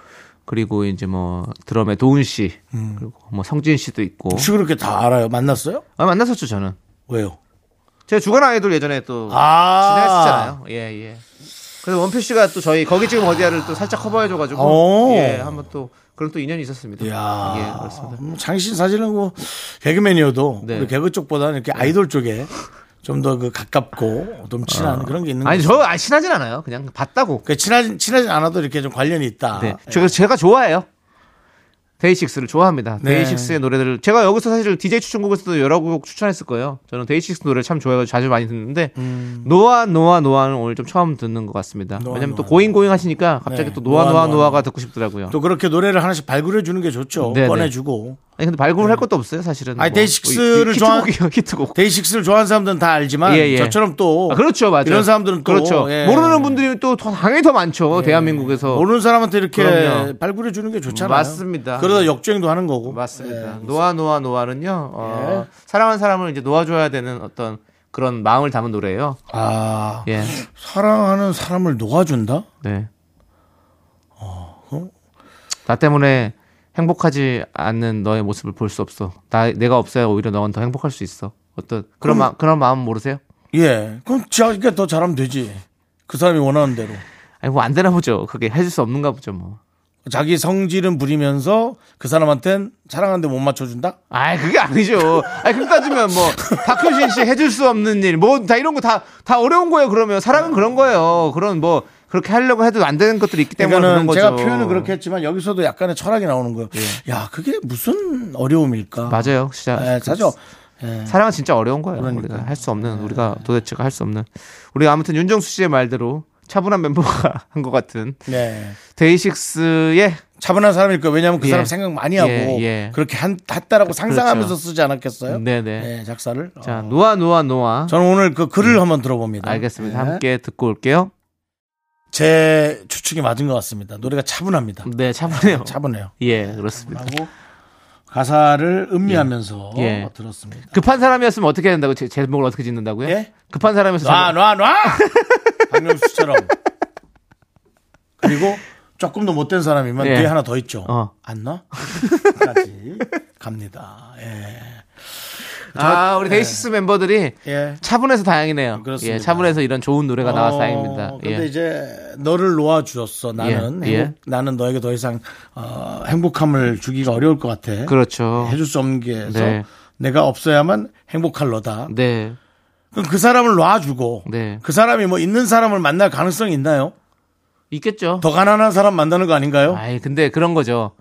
Speaker 2: 그리고 이제 뭐 드럼의 도훈 씨
Speaker 1: 음.
Speaker 2: 그리고 뭐 성진 씨도 있고
Speaker 1: 혹시 그렇게 다 알아요? 만났어요?
Speaker 2: 아, 만났었죠 저는
Speaker 1: 왜요?
Speaker 2: 제가 주간 아이돌 예전에 또
Speaker 1: 아.
Speaker 2: 진행했었잖아요. 예, 예. 그래서 원필 씨가 또 저희 거기 지금 어디야를 또 살짝 커버해줘가지고
Speaker 1: 오.
Speaker 2: 예, 한번 또 그런 또 인연이 있었습니다.
Speaker 1: 어. 이야.
Speaker 2: 예, 그렇습니다.
Speaker 1: 음, 장신 사실은 뭐 개그맨이어도
Speaker 2: 네.
Speaker 1: 우리 개그 쪽보다는 이렇게 아이돌 쪽에 좀 더 그 가깝고 좀 친한 그런 게 있는
Speaker 2: 아니
Speaker 1: 거죠.
Speaker 2: 저 아니, 친하진 않아요. 그냥 봤다고.
Speaker 1: 그 친하진 친하진 않아도 이렇게 좀 관련이 있다.
Speaker 2: 네. 저- 그래서 제가 좋아해요. 데이식스를 좋아합니다.
Speaker 1: 네.
Speaker 2: 데이식스의 노래들을 제가 여기서 사실 DJ 추천곡에서도 여러 곡 추천했을 거예요. 저는 데이식스 노래를 참 좋아해서 자주 많이 듣는데 노아 노아 노아는 오늘 좀 처음 듣는 것 같습니다.
Speaker 1: 음. 노아,
Speaker 2: 왜냐면 또
Speaker 1: 노아,
Speaker 2: 고잉 고잉 하시니까 갑자기
Speaker 1: 네.
Speaker 2: 또 노아
Speaker 1: 노아,
Speaker 2: 노아
Speaker 1: 노아.
Speaker 2: 노아가 듣고 싶더라고요.
Speaker 1: 또 그렇게 노래를 하나씩 발굴해 주는 게 좋죠.
Speaker 2: 네,
Speaker 1: 꺼내주고.
Speaker 2: 아니 근데 발굴을 할 것도 없어요 사실은.
Speaker 1: 네.
Speaker 2: 뭐.
Speaker 1: 아니, 데이식스를
Speaker 2: 히트곡이요,
Speaker 1: 좋아하-
Speaker 2: 히트곡.
Speaker 1: 데이식스를 좋아하는 사람들은 다 알지만
Speaker 2: 예, 예.
Speaker 1: 저처럼 또
Speaker 2: 아, 그렇죠, 맞아요.
Speaker 1: 어. 이런 사람들은 또,
Speaker 2: 그렇죠.
Speaker 1: 예.
Speaker 2: 모르는 분들이 또 더- 당연히 더 많죠. 대한민국에서
Speaker 1: 모르는 사람한테 이렇게
Speaker 2: 그럼요.
Speaker 1: 발굴해 주는 게 좋잖아요.
Speaker 2: 맞습니다.
Speaker 1: 그러다 역주행도 하는 거고.
Speaker 2: 맞습니다. 노아 노아 노아는요. 어, 사랑한 사람을 이제 놓아줘야 되는 어떤 그런 마음을 담은 노래예요.
Speaker 1: 아
Speaker 2: 예.
Speaker 1: 사랑하는 사람을 놓아준다?
Speaker 2: 네. 어, 나 때문에 행복하지 않는 너의 모습을 볼 수 없어. 나 내가 없어야 오히려 너는 더 행복할 수 있어. 어떤 그런 마, 그런 마음 모르세요?
Speaker 1: 예. 그럼 자기가 더 잘하면 되지. 그 사람이 원하는 대로.
Speaker 2: 아니 뭐 안 되나 보죠. 그게 해줄 수 없는가 보죠 뭐.
Speaker 1: 자기 성질은 부리면서 그 사람한텐 사랑하는데 못 맞춰준다?
Speaker 2: 아이 그게 아니죠. 아니 그렇게 따지면 뭐 박효신 씨 해줄 수 없는 일 뭐 다 이런 거 다 다 어려운 거예요. 그러면 사랑은 그런 거예요. 그런 뭐 그렇게 하려고 해도 안 되는 것들이 있기 때문에 그런
Speaker 1: 그러니까는
Speaker 2: 거죠.
Speaker 1: 제가 표현을 그렇게 했지만 여기서도 약간의 철학이 나오는 거예요. 야, 그게 무슨 어려움일까?
Speaker 2: 맞아요. 진짜
Speaker 1: 예, 자죠. 예.
Speaker 2: 사랑은 진짜 어려운 거예요.
Speaker 1: 그러니까요. 네.
Speaker 2: 우리가 할 수 없는 우리가 도대체가 할 수 없는 우리 가 아무튼 윤정수 씨의 말대로 차분한 멤버가 <laughs> 한 것 같은
Speaker 1: 네.
Speaker 2: 데이식스의
Speaker 1: 차분한 사람일 거예요. 왜냐하면 그
Speaker 2: 예.
Speaker 1: 사람 생각 많이 하고
Speaker 2: 예, 예.
Speaker 1: 그렇게 한, 했다라고 상상하면서
Speaker 2: 그렇죠.
Speaker 1: 쓰지 않았겠어요?
Speaker 2: 네네.
Speaker 1: 예, 작사를.
Speaker 2: 자
Speaker 1: 어.
Speaker 2: 노아 노아 노아
Speaker 1: 저는 오늘 그 글을 한번 들어봅니다.
Speaker 2: 알겠습니다.
Speaker 1: 예.
Speaker 2: 함께 듣고 올게요.
Speaker 1: 제 추측이 맞은 것 같습니다. 노래가 차분합니다.
Speaker 2: 네 차분해요.
Speaker 1: 차분해요.
Speaker 2: 예 그렇습니다.
Speaker 1: 하고 가사를 음미하면서 어,
Speaker 2: 예.
Speaker 1: 들었습니다.
Speaker 2: 급한 사람이었으면 어떻게 해야 된다고 제, 제목을 어떻게 짓는다고요?
Speaker 1: 예?
Speaker 2: 급한 그 사람이었으면
Speaker 1: 놔, 놔, 놔! <laughs> 박명수처럼. 그리고 조금 더 못된 사람이면
Speaker 2: 예.
Speaker 1: 뒤에 하나 더 있죠.
Speaker 2: 어.
Speaker 1: 안 놔? 까지 갑니다. 예.
Speaker 2: 아 우리 데이식스 멤버들이 <laughs>
Speaker 1: 예.
Speaker 2: 차분해서 다행이네요.
Speaker 1: 그렇습니다.
Speaker 2: 예 차분해서 이런 좋은 노래가 나와서
Speaker 1: 어,
Speaker 2: 다행입니다.
Speaker 1: 근데
Speaker 2: 예.
Speaker 1: 이제 너를 놓아 주었어. 나는
Speaker 2: 예,
Speaker 1: 행복- 나는 너에게 더 이상 어, 행복함을 주기가 어려울 것 같아.
Speaker 2: 그렇죠.
Speaker 1: 해줄 수 없는 게서
Speaker 2: 네.
Speaker 1: 내가 없어야만 행복할 너다.
Speaker 2: 네.
Speaker 1: 그럼 그 사람을 놔주고
Speaker 2: 네.
Speaker 1: 그 사람이 뭐 있는 사람을 만날 가능성이 있나요?
Speaker 2: 있겠죠.
Speaker 1: 더 가난한 사람 만나는 거 아닌가요?
Speaker 2: 아이 근데 그런 거죠.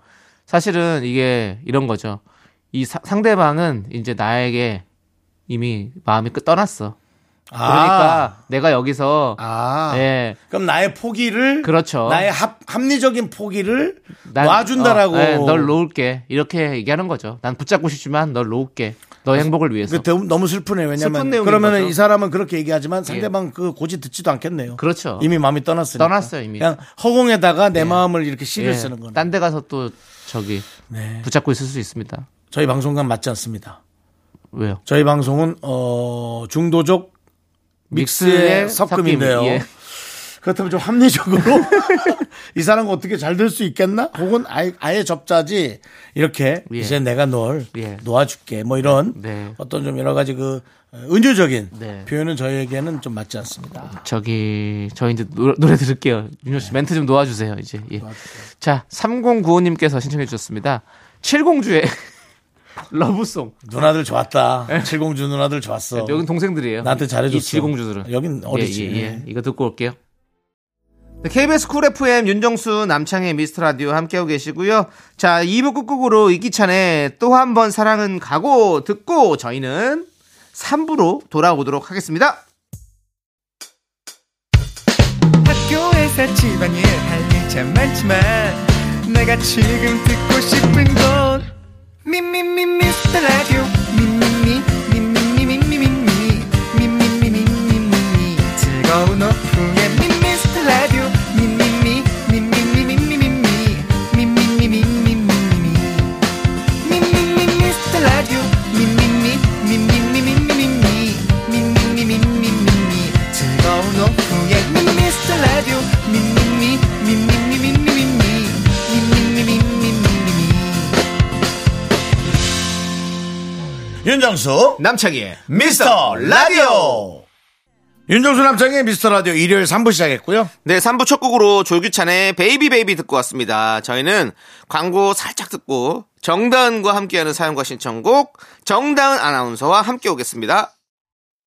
Speaker 2: 사실은 이게 이런 거죠. 이 사- 상대방은 이제 나에게 이미 마음이 끝 떠났어. 그러니까 내가 여기서
Speaker 1: 아. 아.
Speaker 2: 예
Speaker 1: 그럼 나의 포기를
Speaker 2: 그렇죠.
Speaker 1: 나의 합, 합리적인 포기를
Speaker 2: 난-
Speaker 1: 놔준다라고
Speaker 2: 어, 예, 널 놓을게 이렇게 얘기하는 거죠. 난 붙잡고 싶지만 널 놓을게. 너의 행복을 위해서.
Speaker 1: 그 너무, 너무 슬프네요. 왜냐면
Speaker 2: 슬픈 내용인
Speaker 1: 그러면
Speaker 2: 거죠. 예.
Speaker 1: 이 사람은 그렇게 얘기하지만 상대방 그 고지 듣지도 않겠네요.
Speaker 2: 그렇죠.
Speaker 1: 이미 마음이 떠났으니까.
Speaker 2: 떠났어요, 이미.
Speaker 1: 그냥 허공에다가 내 마음을 이렇게 시를
Speaker 2: 예,
Speaker 1: 쓰는 거는.
Speaker 2: 딴 데 가서 또 저기
Speaker 1: 네.
Speaker 2: 붙잡고 있을 수 있습니다.
Speaker 1: 저희 방송과 맞지 않습니다.
Speaker 2: 왜요?
Speaker 1: 저희 방송은 어 중도적 믹스의 섞음인데요.
Speaker 2: 섞임, 예.
Speaker 1: 그렇다면 좀 합리적으로 <laughs> 이 사람과 어떻게 잘 될 수 있겠나? 혹은 아예, 아예 접자지 이렇게
Speaker 2: 예.
Speaker 1: 이제 내가 널
Speaker 2: 예.
Speaker 1: 놓아줄게 뭐 이런
Speaker 2: 네.
Speaker 1: 어떤 좀 여러 가지 그 은유적인
Speaker 2: 네.
Speaker 1: 표현은 저희에게는 좀 맞지 않습니다.
Speaker 2: 저기 저 이제 노래, 노래 들을게요.
Speaker 1: 네.
Speaker 2: 윤호 씨 멘트 좀 놓아주세요. 이제 예. 자 3095님께서 신청해 주셨습니다. 칠공주의 <laughs> 러브송.
Speaker 1: 누나들
Speaker 2: 예.
Speaker 1: 좋았다. 칠공주 누나들 좋았어.
Speaker 2: 여긴 동생들이에요.
Speaker 1: 나한테 잘해줬어.
Speaker 2: 이 칠공주들은
Speaker 1: 여긴 어리지.
Speaker 2: 예, 예, 예. 이거 듣고 올게요. 네, KBS 쿨 FM 윤정수 남창의 미스터 라디오 함께하고 계시고요. 자 2부 끝곡으로 이기찬의 또 한 번 사랑은 가고 듣고 저희는 3부로 돌아오도록 하겠습니다.
Speaker 5: 학교에서 집안일 할 일 참 많지만 내가 지금 듣고 싶은 건 미미미 미스터 라디오 미미미 미미미 미미미 미미미 미미미 미미미 즐거운 오후에 미미스터 라디오 미미미 미미미 미미미 미미미 미미미 미미미
Speaker 1: 윤정수
Speaker 2: 남창희의
Speaker 1: 미스터 라디오. 윤정수 남창의 미스터 라디오 일요일 3부 시작했고요.
Speaker 2: 네, 3부 첫 곡으로 조규찬의 베이비 베이비 듣고 왔습니다. 저희는 광고 살짝 듣고 정다은과 함께하는 사연과 신청곡 정다은 아나운서와 함께 오겠습니다.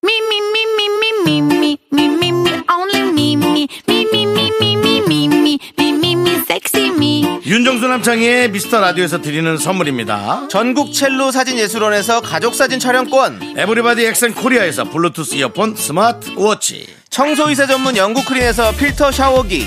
Speaker 3: Me, me, me, me, me, me, me, me, me, me, only me, me, me, me, me, me, me, me, me, me, me, me, sexy me.
Speaker 1: 윤정수 남창희의 미스터 라디오에서 드리는 선물입니다.
Speaker 2: 전국 첼로 사진 예술원에서 가족 사진 촬영권,
Speaker 1: 에브리바디 엑센 코리아에서 블루투스 이어폰 스마트 워치.
Speaker 2: 청소이사 전문 영국 크린에서 필터 샤워기,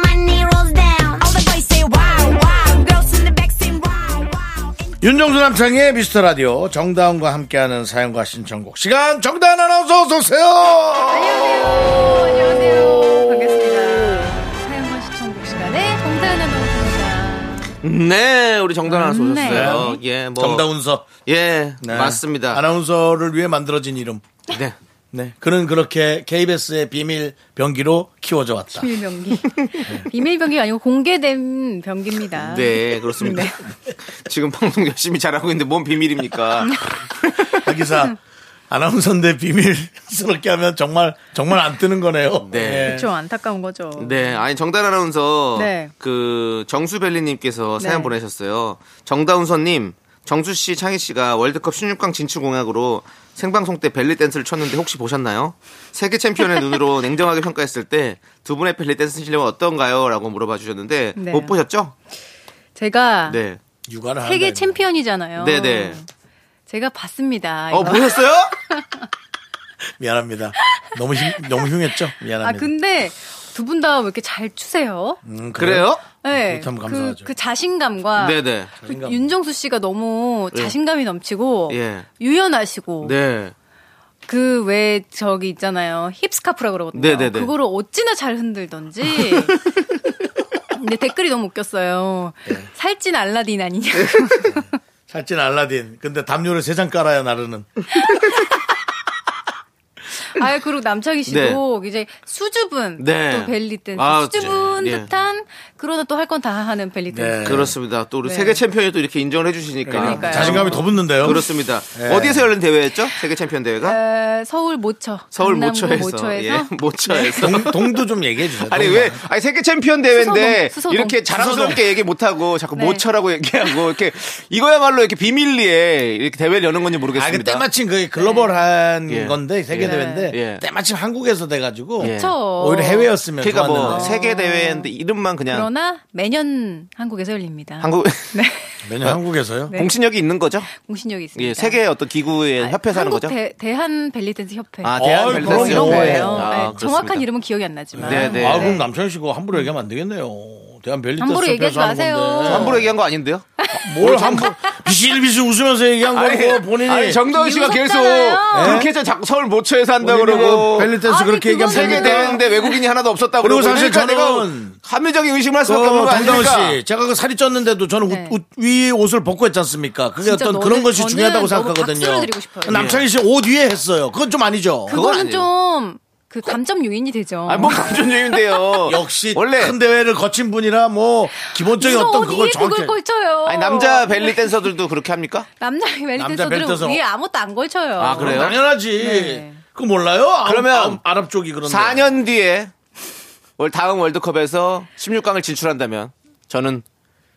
Speaker 4: my knee rolls down. All the boys say wow, wow. Girls in the back say wow, wow.
Speaker 1: 윤정수 남창희의 미스터 라디오 정다운과 함께하는 사연과 신청곡 시간 정다운 아나운서 어서오세요.
Speaker 6: 안녕하세요. 반갑습니다. 사연과 시청곡 시간에 정다은 아나운서입니다.
Speaker 2: 네, 우리 정다운 아나운서
Speaker 6: 네.
Speaker 2: 오셨어요. 예, 뭐.
Speaker 1: 정다운서.
Speaker 2: 예,
Speaker 1: 네.
Speaker 2: 맞습니다.
Speaker 1: 아나운서를 위해 만들어진 이름.
Speaker 2: 네.
Speaker 1: 네. 그는 그렇게 KBS의 비밀 병기로 키워져 왔다.
Speaker 6: 비밀 병기.
Speaker 1: <laughs>
Speaker 6: 비밀 병기가 아니고 공개된 병기입니다.
Speaker 2: 네, 그렇습니다. <laughs> 지금 방송 열심히 잘하고 있는데 뭔 비밀입니까?
Speaker 1: 아, 하기사 아나운서인데 비밀스럽게 하면 정말 정말 안 뜨는 거네요.
Speaker 2: 네.
Speaker 1: 예.
Speaker 6: 그렇죠. 안타까운 거죠.
Speaker 2: 네, 아니 정단 아나운서
Speaker 6: 네.
Speaker 2: 그 정수벨리님께서 사연
Speaker 6: 네.
Speaker 2: 보내셨어요. 정다운서님, 정수 씨, 창희 씨가 월드컵 16강 진출 공약으로 생방송 때 벨리 댄스를 췄는데 혹시 보셨나요? 세계 챔피언의 눈으로
Speaker 6: <laughs>
Speaker 2: 냉정하게 평가했을 때 두 분의 벨리 댄스 실력은 어떤가요?라고 물어봐 주셨는데
Speaker 6: 네.
Speaker 2: 못 보셨죠?
Speaker 6: 제가
Speaker 2: 네,
Speaker 1: 육아를 하는
Speaker 6: 세계 챔피언이잖아요.
Speaker 2: 네, 네.
Speaker 6: 제가 봤습니다.
Speaker 2: 어
Speaker 6: 이거. <laughs>
Speaker 2: 보셨어요?
Speaker 1: 미안합니다. 너무 힘, 너무 흉했죠?
Speaker 6: 아
Speaker 1: 미안합니다.
Speaker 6: 근데 두 분 다 왜 이렇게 잘 추세요?
Speaker 1: 음,
Speaker 2: 그래요?
Speaker 6: 네.
Speaker 1: 그렇다면
Speaker 6: 그,
Speaker 1: 감사하죠.
Speaker 6: 그 자신감과
Speaker 2: 네, 네,
Speaker 6: 그
Speaker 1: 자신감.
Speaker 6: 윤정수 씨가 너무 자신감이 넘치고
Speaker 2: 예.
Speaker 6: 유연하시고
Speaker 2: 네.
Speaker 6: 그 왜 저기 있잖아요 힙스카프라 그러거든요.
Speaker 2: 네, 네, 네.
Speaker 6: 그거를 어찌나 잘
Speaker 2: <laughs>
Speaker 6: 흔들던지. 근데 댓글이 너무 웃겼어요.
Speaker 2: 네.
Speaker 6: 살찐 알라딘 아니냐.
Speaker 1: 살찐 알라딘. 근데 담요를 세 장 깔아야 나르는.
Speaker 6: <laughs> 아 그리고 남창희 씨도 이제 수줍은
Speaker 2: 네.
Speaker 6: 또 벨리 댄스
Speaker 2: 아,
Speaker 6: 수줍은
Speaker 2: 네. 예.
Speaker 6: 듯한 그러나 또 할 건 다 하는 벨리 댄스.
Speaker 1: 네.
Speaker 2: 그렇습니다. 또 우리
Speaker 6: 네.
Speaker 2: 세계 챔피언이 또 이렇게 인정을 해주시니까
Speaker 6: 그러니까요.
Speaker 1: 자신감이 더 붙는데요.
Speaker 2: 그렇습니다.
Speaker 1: 예.
Speaker 2: 어디에서 열린 대회였죠? 세계 챔피언 대회가?
Speaker 6: 에, 아, 서울 모처.
Speaker 2: 서울
Speaker 6: 네. 강남구
Speaker 2: 모처에서
Speaker 6: 모처에서. 네.
Speaker 2: 예, 모처에서
Speaker 1: 동, 도좀 얘기해 주세요.
Speaker 2: 아니
Speaker 1: 동도.
Speaker 2: 왜 아니 세계 챔피언 대회인데
Speaker 6: 수서동, 수서동.
Speaker 2: 이렇게 자랑스럽게
Speaker 1: 수서동.
Speaker 2: 얘기 못 하고 자꾸
Speaker 6: 네.
Speaker 2: 모처라고 <laughs> 얘기하고 이렇게 이거야말로 이렇게 비밀리에 이렇게 대회를 여는 건지
Speaker 1: 아, 그
Speaker 2: 모르겠습니다.
Speaker 1: 때마침 그게 글로벌한
Speaker 2: 예.
Speaker 1: 건데 세계
Speaker 2: 예.
Speaker 1: 대회인데
Speaker 2: 예.
Speaker 1: 때마침 한국에서 돼가지고
Speaker 2: 예.
Speaker 6: 그쵸.
Speaker 1: 오히려 해외였으면
Speaker 2: 그러니까 뭐
Speaker 1: 좋았는데
Speaker 2: 세계 대회인데 이름만 그냥
Speaker 6: 그러나 매년 한국에서 열립니다.
Speaker 2: <laughs> 한국
Speaker 6: 네.
Speaker 1: 매년
Speaker 2: 어.
Speaker 1: 한국에서요.
Speaker 6: 네.
Speaker 2: 공신력이 있는 거죠?
Speaker 6: 공신력이 있습니다. 아,
Speaker 2: 예, 세계 어떤 기구에 협회에서 하는
Speaker 6: 한국
Speaker 2: 거죠?
Speaker 6: 대, 대한 벨리댄스 협회.
Speaker 2: 아,
Speaker 1: 어,
Speaker 2: 대한
Speaker 6: 뭐
Speaker 1: 그런
Speaker 6: 이런
Speaker 1: 협회.
Speaker 6: 거예요.
Speaker 1: 아,
Speaker 6: 네,
Speaker 2: 그렇습니다.
Speaker 6: 정확한 이름은 기억이 안 나지만.
Speaker 2: 네, 네.
Speaker 1: 아 그럼 남편 씨그 함부로 얘기하면 안 되겠네요. 대한 벨리
Speaker 6: 함부로
Speaker 1: 댄스
Speaker 6: 얘기하지
Speaker 1: 협회에서 하는
Speaker 6: 마세요.
Speaker 1: 건데.
Speaker 2: 함부로 얘기한 거 아닌데요?
Speaker 1: 뭘 함부로 비실비실 웃으면서 얘기한 거고 본인이
Speaker 2: 아니 정다은 씨가 계속
Speaker 6: 무섭잖아요.
Speaker 2: 그렇게 해서 자꾸 서울 모처에서 한다
Speaker 1: 본인이
Speaker 2: 그러고
Speaker 1: 벨리 댄스
Speaker 6: 아니,
Speaker 1: 그렇게 얘기하면
Speaker 6: 그거는
Speaker 2: 세계
Speaker 1: 됩니까?
Speaker 2: 대회인데 외국인이 하나도 없었다
Speaker 1: 그리고
Speaker 2: 그러고
Speaker 1: 사실
Speaker 2: 그러니까
Speaker 1: 저는 그
Speaker 2: 내가 합리적인 의심을 할 수밖에 없는 거
Speaker 1: 뭐, 정다은
Speaker 2: 아닙니까?
Speaker 1: 씨, 제가 그 살이 쪘는데도 저는
Speaker 6: 네.
Speaker 1: 웃- 웃- 위 옷을 벗고 했지 않습니까? 그게
Speaker 6: 진짜
Speaker 1: 어떤
Speaker 6: 너무-
Speaker 1: 그런 것이
Speaker 6: 저는
Speaker 1: 중요하다고
Speaker 6: 너무
Speaker 1: 생각하거든요. 그
Speaker 6: 박수를 드리고 싶어요.
Speaker 1: 남창희 씨 옷 위에 했어요. 그건 좀 아니죠.
Speaker 6: 그거는
Speaker 2: 아니에요.
Speaker 6: 좀. 그 감점 요인이 되죠.
Speaker 2: 아니, 뭐 뭔
Speaker 1: <laughs>
Speaker 2: 감정적인데요.
Speaker 1: 역시
Speaker 2: 어, 원래
Speaker 1: 큰 대회를 거친 분이라 뭐 기본적인
Speaker 6: 이거
Speaker 1: 어떤
Speaker 6: 어디에
Speaker 1: 그걸 정확히
Speaker 6: 그걸 걸쳐요.
Speaker 2: 아니, 남자 벨리 댄서들도 그렇게 합니까?
Speaker 6: 남자 벨리
Speaker 1: 남자
Speaker 6: 댄서들은
Speaker 1: 벨리댄서.
Speaker 6: 위에 아무것도 안 걸쳐요.
Speaker 2: 아, 그래요?
Speaker 1: 당연하지.
Speaker 6: 네.
Speaker 1: 그거 몰라요? 아,
Speaker 2: 그러면
Speaker 1: 아, 아랍 쪽이 그런데
Speaker 2: 4년 뒤에 올 다음 월드컵에서 16강을 진출한다면 저는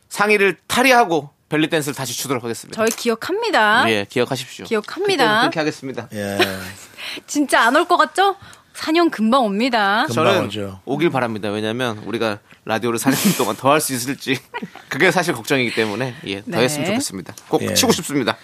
Speaker 2: 상의를 탈의하고 벨리 댄스를 다시 추도록 하겠습니다.
Speaker 6: 저희 기억합니다.
Speaker 2: 예, 기억하십시오.
Speaker 6: 기억합니다.
Speaker 2: 그렇게 하겠습니다.
Speaker 1: 예.
Speaker 6: 진짜 안 올 것 같죠? 4년 금방 옵니다.
Speaker 1: 금방
Speaker 2: 저는
Speaker 1: 오죠.
Speaker 2: 오길 바랍니다. 왜냐하면 우리가 라디오를 4년 동안 더 할 수 있을지 <laughs> 그게 사실 걱정이기 때문에 예, 더
Speaker 6: 네.
Speaker 2: 했으면 좋겠습니다. 꼭
Speaker 1: 예.
Speaker 2: 치고 싶습니다.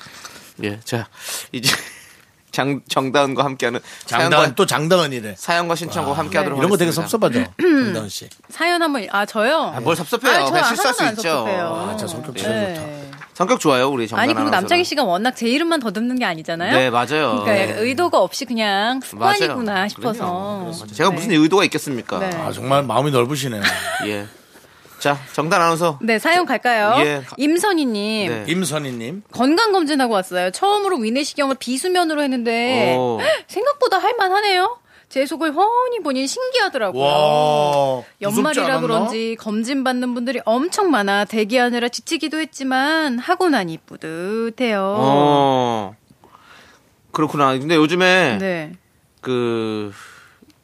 Speaker 2: 예, 자 이제 <laughs> 장 정다은과 함께하는
Speaker 1: 장다은
Speaker 2: <laughs> 사연과,
Speaker 1: 또 장다은이래.
Speaker 2: 사연과 신청과 함께하도록
Speaker 1: 이런 거 되게
Speaker 2: 하겠습니다.
Speaker 6: <clears throat>
Speaker 1: 섭섭하죠. 장다은 씨.
Speaker 6: 사연 한번 아 저요.
Speaker 2: 아, 뭘 섭섭해요?
Speaker 6: 아니, 저
Speaker 2: 그냥 실수할 수
Speaker 6: 하나도 안
Speaker 2: 있죠.
Speaker 6: 섭섭해요.
Speaker 1: 아, 저 성격 제일 좋다.
Speaker 6: 네.
Speaker 2: 성격 좋아요, 우리 정다은
Speaker 6: 아니 그리고
Speaker 2: 아나운서는.
Speaker 6: 남창희 씨가 워낙 제 이름만 더듬는 게 아니잖아요.
Speaker 2: 네, 맞아요.
Speaker 6: 그러니까 약간 의도가 없이 그냥
Speaker 2: 맞아요.
Speaker 6: 습관이구나
Speaker 2: 그럼요.
Speaker 6: 싶어서.
Speaker 2: 그렇습니다. 제가
Speaker 6: 네.
Speaker 2: 무슨 의도가 있겠습니까?
Speaker 6: 네.
Speaker 1: 아, 정말 마음이 넓으시네요.
Speaker 2: 예. 자, 정단 아나운서.
Speaker 6: 네 사연 갈까요?
Speaker 2: 예.
Speaker 6: 임선희님
Speaker 2: 네.
Speaker 1: 임선희님.
Speaker 6: 건강 검진하고 왔어요. 처음으로 위내시경을 비수면으로 했는데
Speaker 2: 오.
Speaker 6: 생각보다 할만하네요. 제 속을 훤히 보니 신기하더라고요.
Speaker 1: 와, 무섭지
Speaker 6: 어, 연말이라
Speaker 1: 않았나?
Speaker 6: 그런지 검진받는 분들이 엄청 많아 대기하느라 지치기도 했지만 하고 나니 뿌듯해요.
Speaker 2: 어. 그렇구나. 근데 요즘에
Speaker 6: 네.
Speaker 2: 그,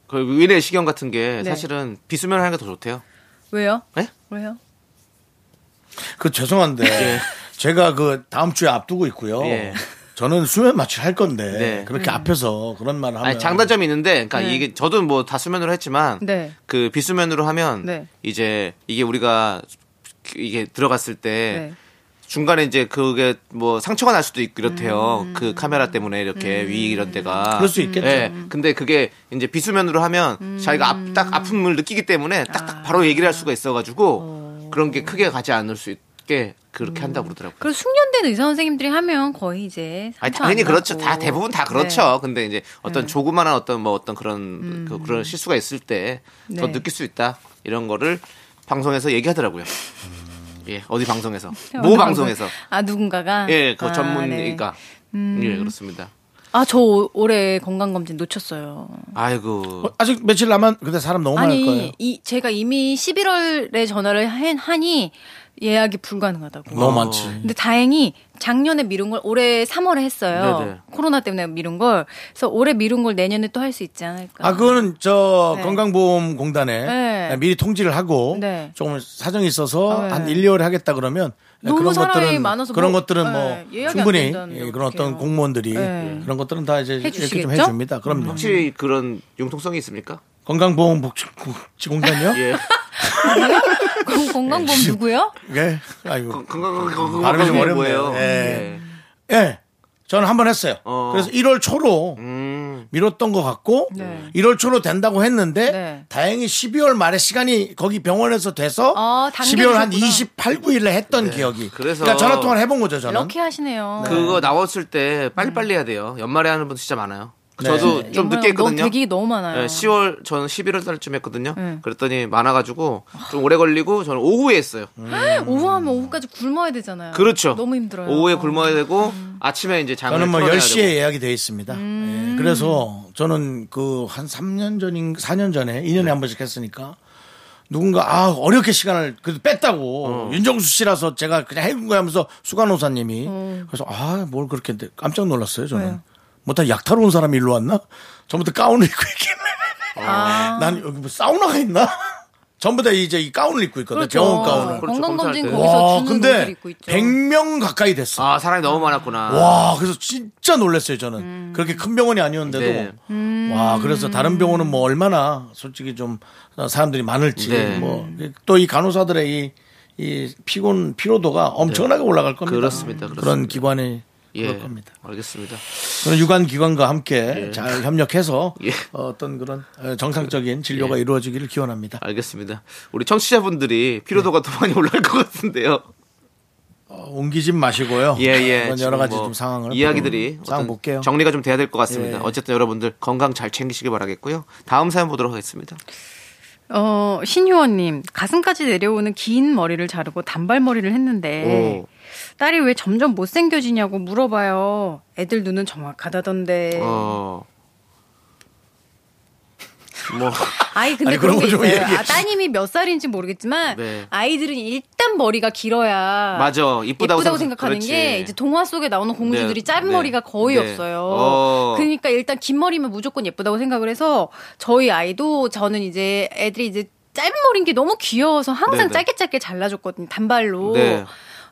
Speaker 2: 그 위내시경 같은 게 예,
Speaker 6: 네.
Speaker 2: 사실은 비수면 하는 게 더 좋대요.
Speaker 6: 왜요?
Speaker 2: 예?
Speaker 6: 왜요?
Speaker 1: 그 죄송한데 제가 그 다음 주에 앞두고 있고요.
Speaker 2: 예.
Speaker 1: 저는 수면 마취 할 건데
Speaker 2: 네.
Speaker 6: 음.
Speaker 1: 그렇게 앞에서 그런 말을 하면
Speaker 2: 아니, 장단점이 있는데, 그러니까
Speaker 6: 네.
Speaker 2: 이게 저도 뭐 다 수면으로 했지만
Speaker 6: 네.
Speaker 2: 그 비수면으로 하면
Speaker 6: 네.
Speaker 2: 이제 이게 우리가 이게 들어갔을 때
Speaker 6: 네.
Speaker 2: 중간에 이제 그게 뭐 상처가 날 수도 있고 이렇대요.
Speaker 6: 음.
Speaker 2: 그 카메라 때문에 이렇게 위 이런 데가.
Speaker 1: 그럴 수 있겠죠.
Speaker 2: 예. 근데 그게 이제 비수면으로 하면 자기가 앞, 딱 음. 아픔을 느끼기 때문에 딱딱 바로 얘기를 할 수가 있어가지고 그런 게 크게 가지 않을 수 있게 그렇게 한다고 그러더라고요.
Speaker 6: 그리고 숙련된 의사 선생님들이 하면 거의 이제
Speaker 2: 아니,
Speaker 6: 상처 안
Speaker 2: 당연히 그렇죠.
Speaker 6: 나고.
Speaker 2: 다 대부분 다 그렇죠.
Speaker 6: 네.
Speaker 2: 근데 이제 어떤 조그마한 어떤 뭐 어떤 그런 그, 런 실수가 있을 때 더
Speaker 6: 네.
Speaker 2: 느낄 수 있다 이런 거를 방송에서 얘기하더라고요. 예, <laughs> 어디 방송에서 모 방송에서
Speaker 6: 아 누군가가
Speaker 2: 예, 그
Speaker 6: 아,
Speaker 2: 전문의가
Speaker 6: 네.
Speaker 2: 예 그렇습니다.
Speaker 6: 아저 올해 건강 검진 놓쳤어요.
Speaker 2: 아이고
Speaker 1: 어, 아직 며칠 남았 근데 사람
Speaker 2: 뭐
Speaker 1: 너무 많을 거예요.
Speaker 6: 아니 이 제가 이미 11월에 전화를 한- 하니 예약이 불가능하다고.
Speaker 2: 어.
Speaker 1: 너무 많지.
Speaker 6: 근데 다행히 작년에 미룬 걸 올해 3월에 했어요.
Speaker 2: 네네.
Speaker 6: 코로나 때문에 미룬 걸. 그래서 올해 미룬 걸 내년에 또 할 수 있지 않을까.
Speaker 1: 아 그거는 저
Speaker 6: 네.
Speaker 1: 건강보험공단에
Speaker 6: 네.
Speaker 1: 미리 통지를 하고
Speaker 6: 네.
Speaker 1: 조금 사정이 있어서
Speaker 6: 네.
Speaker 1: 한 1, 2월에 하겠다 그러면
Speaker 6: 너무
Speaker 1: 그런
Speaker 6: 사람이
Speaker 1: 것들은
Speaker 6: 많아서
Speaker 1: 그런
Speaker 6: 뭐-
Speaker 1: 것들은
Speaker 6: 네,
Speaker 1: 뭐
Speaker 6: 예약이 안
Speaker 1: 충분히
Speaker 6: 된다는데
Speaker 1: 예, 그런 어떤
Speaker 6: 어떡해요.
Speaker 1: 공무원들이
Speaker 6: 네.
Speaker 1: 그런 것들은 다 이제 이렇게 좀
Speaker 6: 해주시겠죠? 음.
Speaker 1: 해줍니다. 그럼요.
Speaker 2: 혹시 그런 융통성이 있습니까?
Speaker 1: 건강보험복지공단요?
Speaker 2: <laughs> 예,
Speaker 6: 건-
Speaker 1: <laughs>
Speaker 6: 건강보험 누구요?
Speaker 1: 예. 아이고.
Speaker 2: 그- 건강 건강
Speaker 1: 발음이 좀
Speaker 2: 건강이
Speaker 1: 어렵네요.
Speaker 2: 뭐예요?
Speaker 1: 예. 예. 저는 한 번 했어요.
Speaker 2: 어.
Speaker 1: 그래서 1월 초로
Speaker 2: 음,
Speaker 1: 미뤘던 것 같고
Speaker 6: 네.
Speaker 1: 1월 초로 된다고 했는데
Speaker 6: 네.
Speaker 1: 다행히 12월 말에 시간이 거기 병원에서 돼서
Speaker 6: 아,
Speaker 1: 12월 한
Speaker 6: 당겨주셨구나.
Speaker 1: 28, 9일에 했던 기억이.
Speaker 2: 네, 그래서-
Speaker 1: 러니까 전화 통화를 해본 거죠 저는.
Speaker 6: 럭키 하시네요.
Speaker 2: 그거 나왔을 때 빨리빨리 해야 돼요. 연말에 하는 분 진짜 많아요.
Speaker 1: 네.
Speaker 2: 저도 좀
Speaker 6: 정말
Speaker 2: 늦게 했거든요.
Speaker 6: 네. 너무 대기 너무 많아요.
Speaker 2: 예, 10월 저는 11월 달쯤 했거든요.
Speaker 6: 네.
Speaker 2: 그랬더니 많아가지고 좀 오래 걸리고 저는 오후에 했어요.
Speaker 6: 음. 오후 하면 오후까지 굶어야 되잖아요.
Speaker 2: 네. 그렇죠.
Speaker 6: 너무 힘들어요.
Speaker 2: 오후에
Speaker 6: 어.
Speaker 2: 굶어야 되고 아침에 이제 장을
Speaker 1: 저는 뭐
Speaker 2: 풀어내야
Speaker 1: 10시에
Speaker 2: 되고.
Speaker 1: 예약이 돼 있습니다.
Speaker 6: 음.
Speaker 1: 예, 그래서 저는 그 한 3년 전인 4년 전에 2년에
Speaker 2: 네.
Speaker 1: 한 번씩 했으니까 누군가 아 어렵게 시간을 그래도
Speaker 2: 어.
Speaker 1: 뺐다고 윤정수 씨라서 제가 그냥 해준 거야 하면서 수간호사님이 그래서 아 뭘 그렇게 했는데 깜짝 놀랐어요 저는
Speaker 6: 어. 왜요?
Speaker 1: 뭐다 약타러 온 사람이 일로 왔나 전부터 가운을 입고 있길래
Speaker 6: 아.
Speaker 1: <laughs> 난 여기 뭐 사우나가 있나 전부 다 이제 이 가운을 입고 있거든요
Speaker 6: 그렇죠.
Speaker 1: 병원 가운을
Speaker 2: 그렇죠, 검사할 때.
Speaker 6: 건강검진 거기서
Speaker 1: 와
Speaker 6: 주는 분들
Speaker 1: 근데
Speaker 6: 있고 있죠.
Speaker 1: 100명 가까이 됐어
Speaker 2: 아 사람이 너무 많았구나.
Speaker 1: 와, 그래서 진짜 놀랐어요, 저는. 그렇게 큰 병원이 아니었는데도.
Speaker 2: 네.
Speaker 1: 와, 그래서 다른 병원은 뭐 얼마나 솔직히 좀 사람들이 많을지.
Speaker 2: 네.
Speaker 1: 뭐, 또 이 간호사들의 이, 이 피곤, 피로도가 엄청나게 올라갈 겁니다.
Speaker 2: 네. 그렇습니다, 그렇습니다.
Speaker 1: 런 기관이.
Speaker 2: 예,
Speaker 1: 그럴 겁니다.
Speaker 2: 알겠습니다.
Speaker 1: 그런 유관기관과 함께 잘 협력해서
Speaker 2: 예.
Speaker 1: 어떤 그런 정상적인 진료가 이루어지기를 기원합니다.
Speaker 2: 알겠습니다. 우리 청취자분들이 피로도가 더 많이 올라갈 것 같은데요.
Speaker 1: 어, 옮기진 마시고요.
Speaker 2: 예, 예.
Speaker 1: 그런
Speaker 2: 지금
Speaker 1: 여러 가지
Speaker 2: 뭐
Speaker 1: 좀 상황을.
Speaker 2: 이야기들이
Speaker 1: 좀 상황
Speaker 2: 어떤
Speaker 1: 볼게요.
Speaker 2: 정리가 좀 돼야 될 것 같습니다.
Speaker 1: 예.
Speaker 2: 어쨌든 여러분들 건강 잘 챙기시길 바라겠고요. 다음 사연 보도록 하겠습니다.
Speaker 6: 어, 신효원님, 가슴까지 내려오는 긴 머리를 자르고 단발머리를 했는데,
Speaker 2: 오.
Speaker 6: 딸이 왜 점점 못생겨지냐고 물어봐요. 애들 눈은 정확하다던데.
Speaker 2: 어. 뭐
Speaker 6: <laughs> 아이, 근데
Speaker 1: 아니, 그런
Speaker 6: 그런
Speaker 1: 거
Speaker 6: 게
Speaker 1: 좀
Speaker 6: 있어요.
Speaker 1: 얘기해
Speaker 6: 아, 따님이 몇 살인지 모르겠지만,
Speaker 2: 네.
Speaker 6: 아이들은 일단 머리가 길어야.
Speaker 2: 맞아. 이쁘다고
Speaker 6: 예쁘다고
Speaker 2: 생각-
Speaker 6: 생각하는
Speaker 2: 그렇지.
Speaker 6: 게 이제 동화 속에 나오는 공주들이
Speaker 2: 네,
Speaker 6: 짧은
Speaker 2: 네,
Speaker 6: 머리가 거의
Speaker 2: 네.
Speaker 6: 없어요.
Speaker 2: 어.
Speaker 6: 그러니까 일단 긴 머리면 무조건 예쁘다고 생각을 해서 저희 아이도 저는 이제 애들이 이제 짧은 머리인 게 너무 귀여워서
Speaker 2: 네,
Speaker 6: 항상
Speaker 2: 네.
Speaker 6: 짧게 짧게 잘라줬거든요. 단발로.
Speaker 2: 네.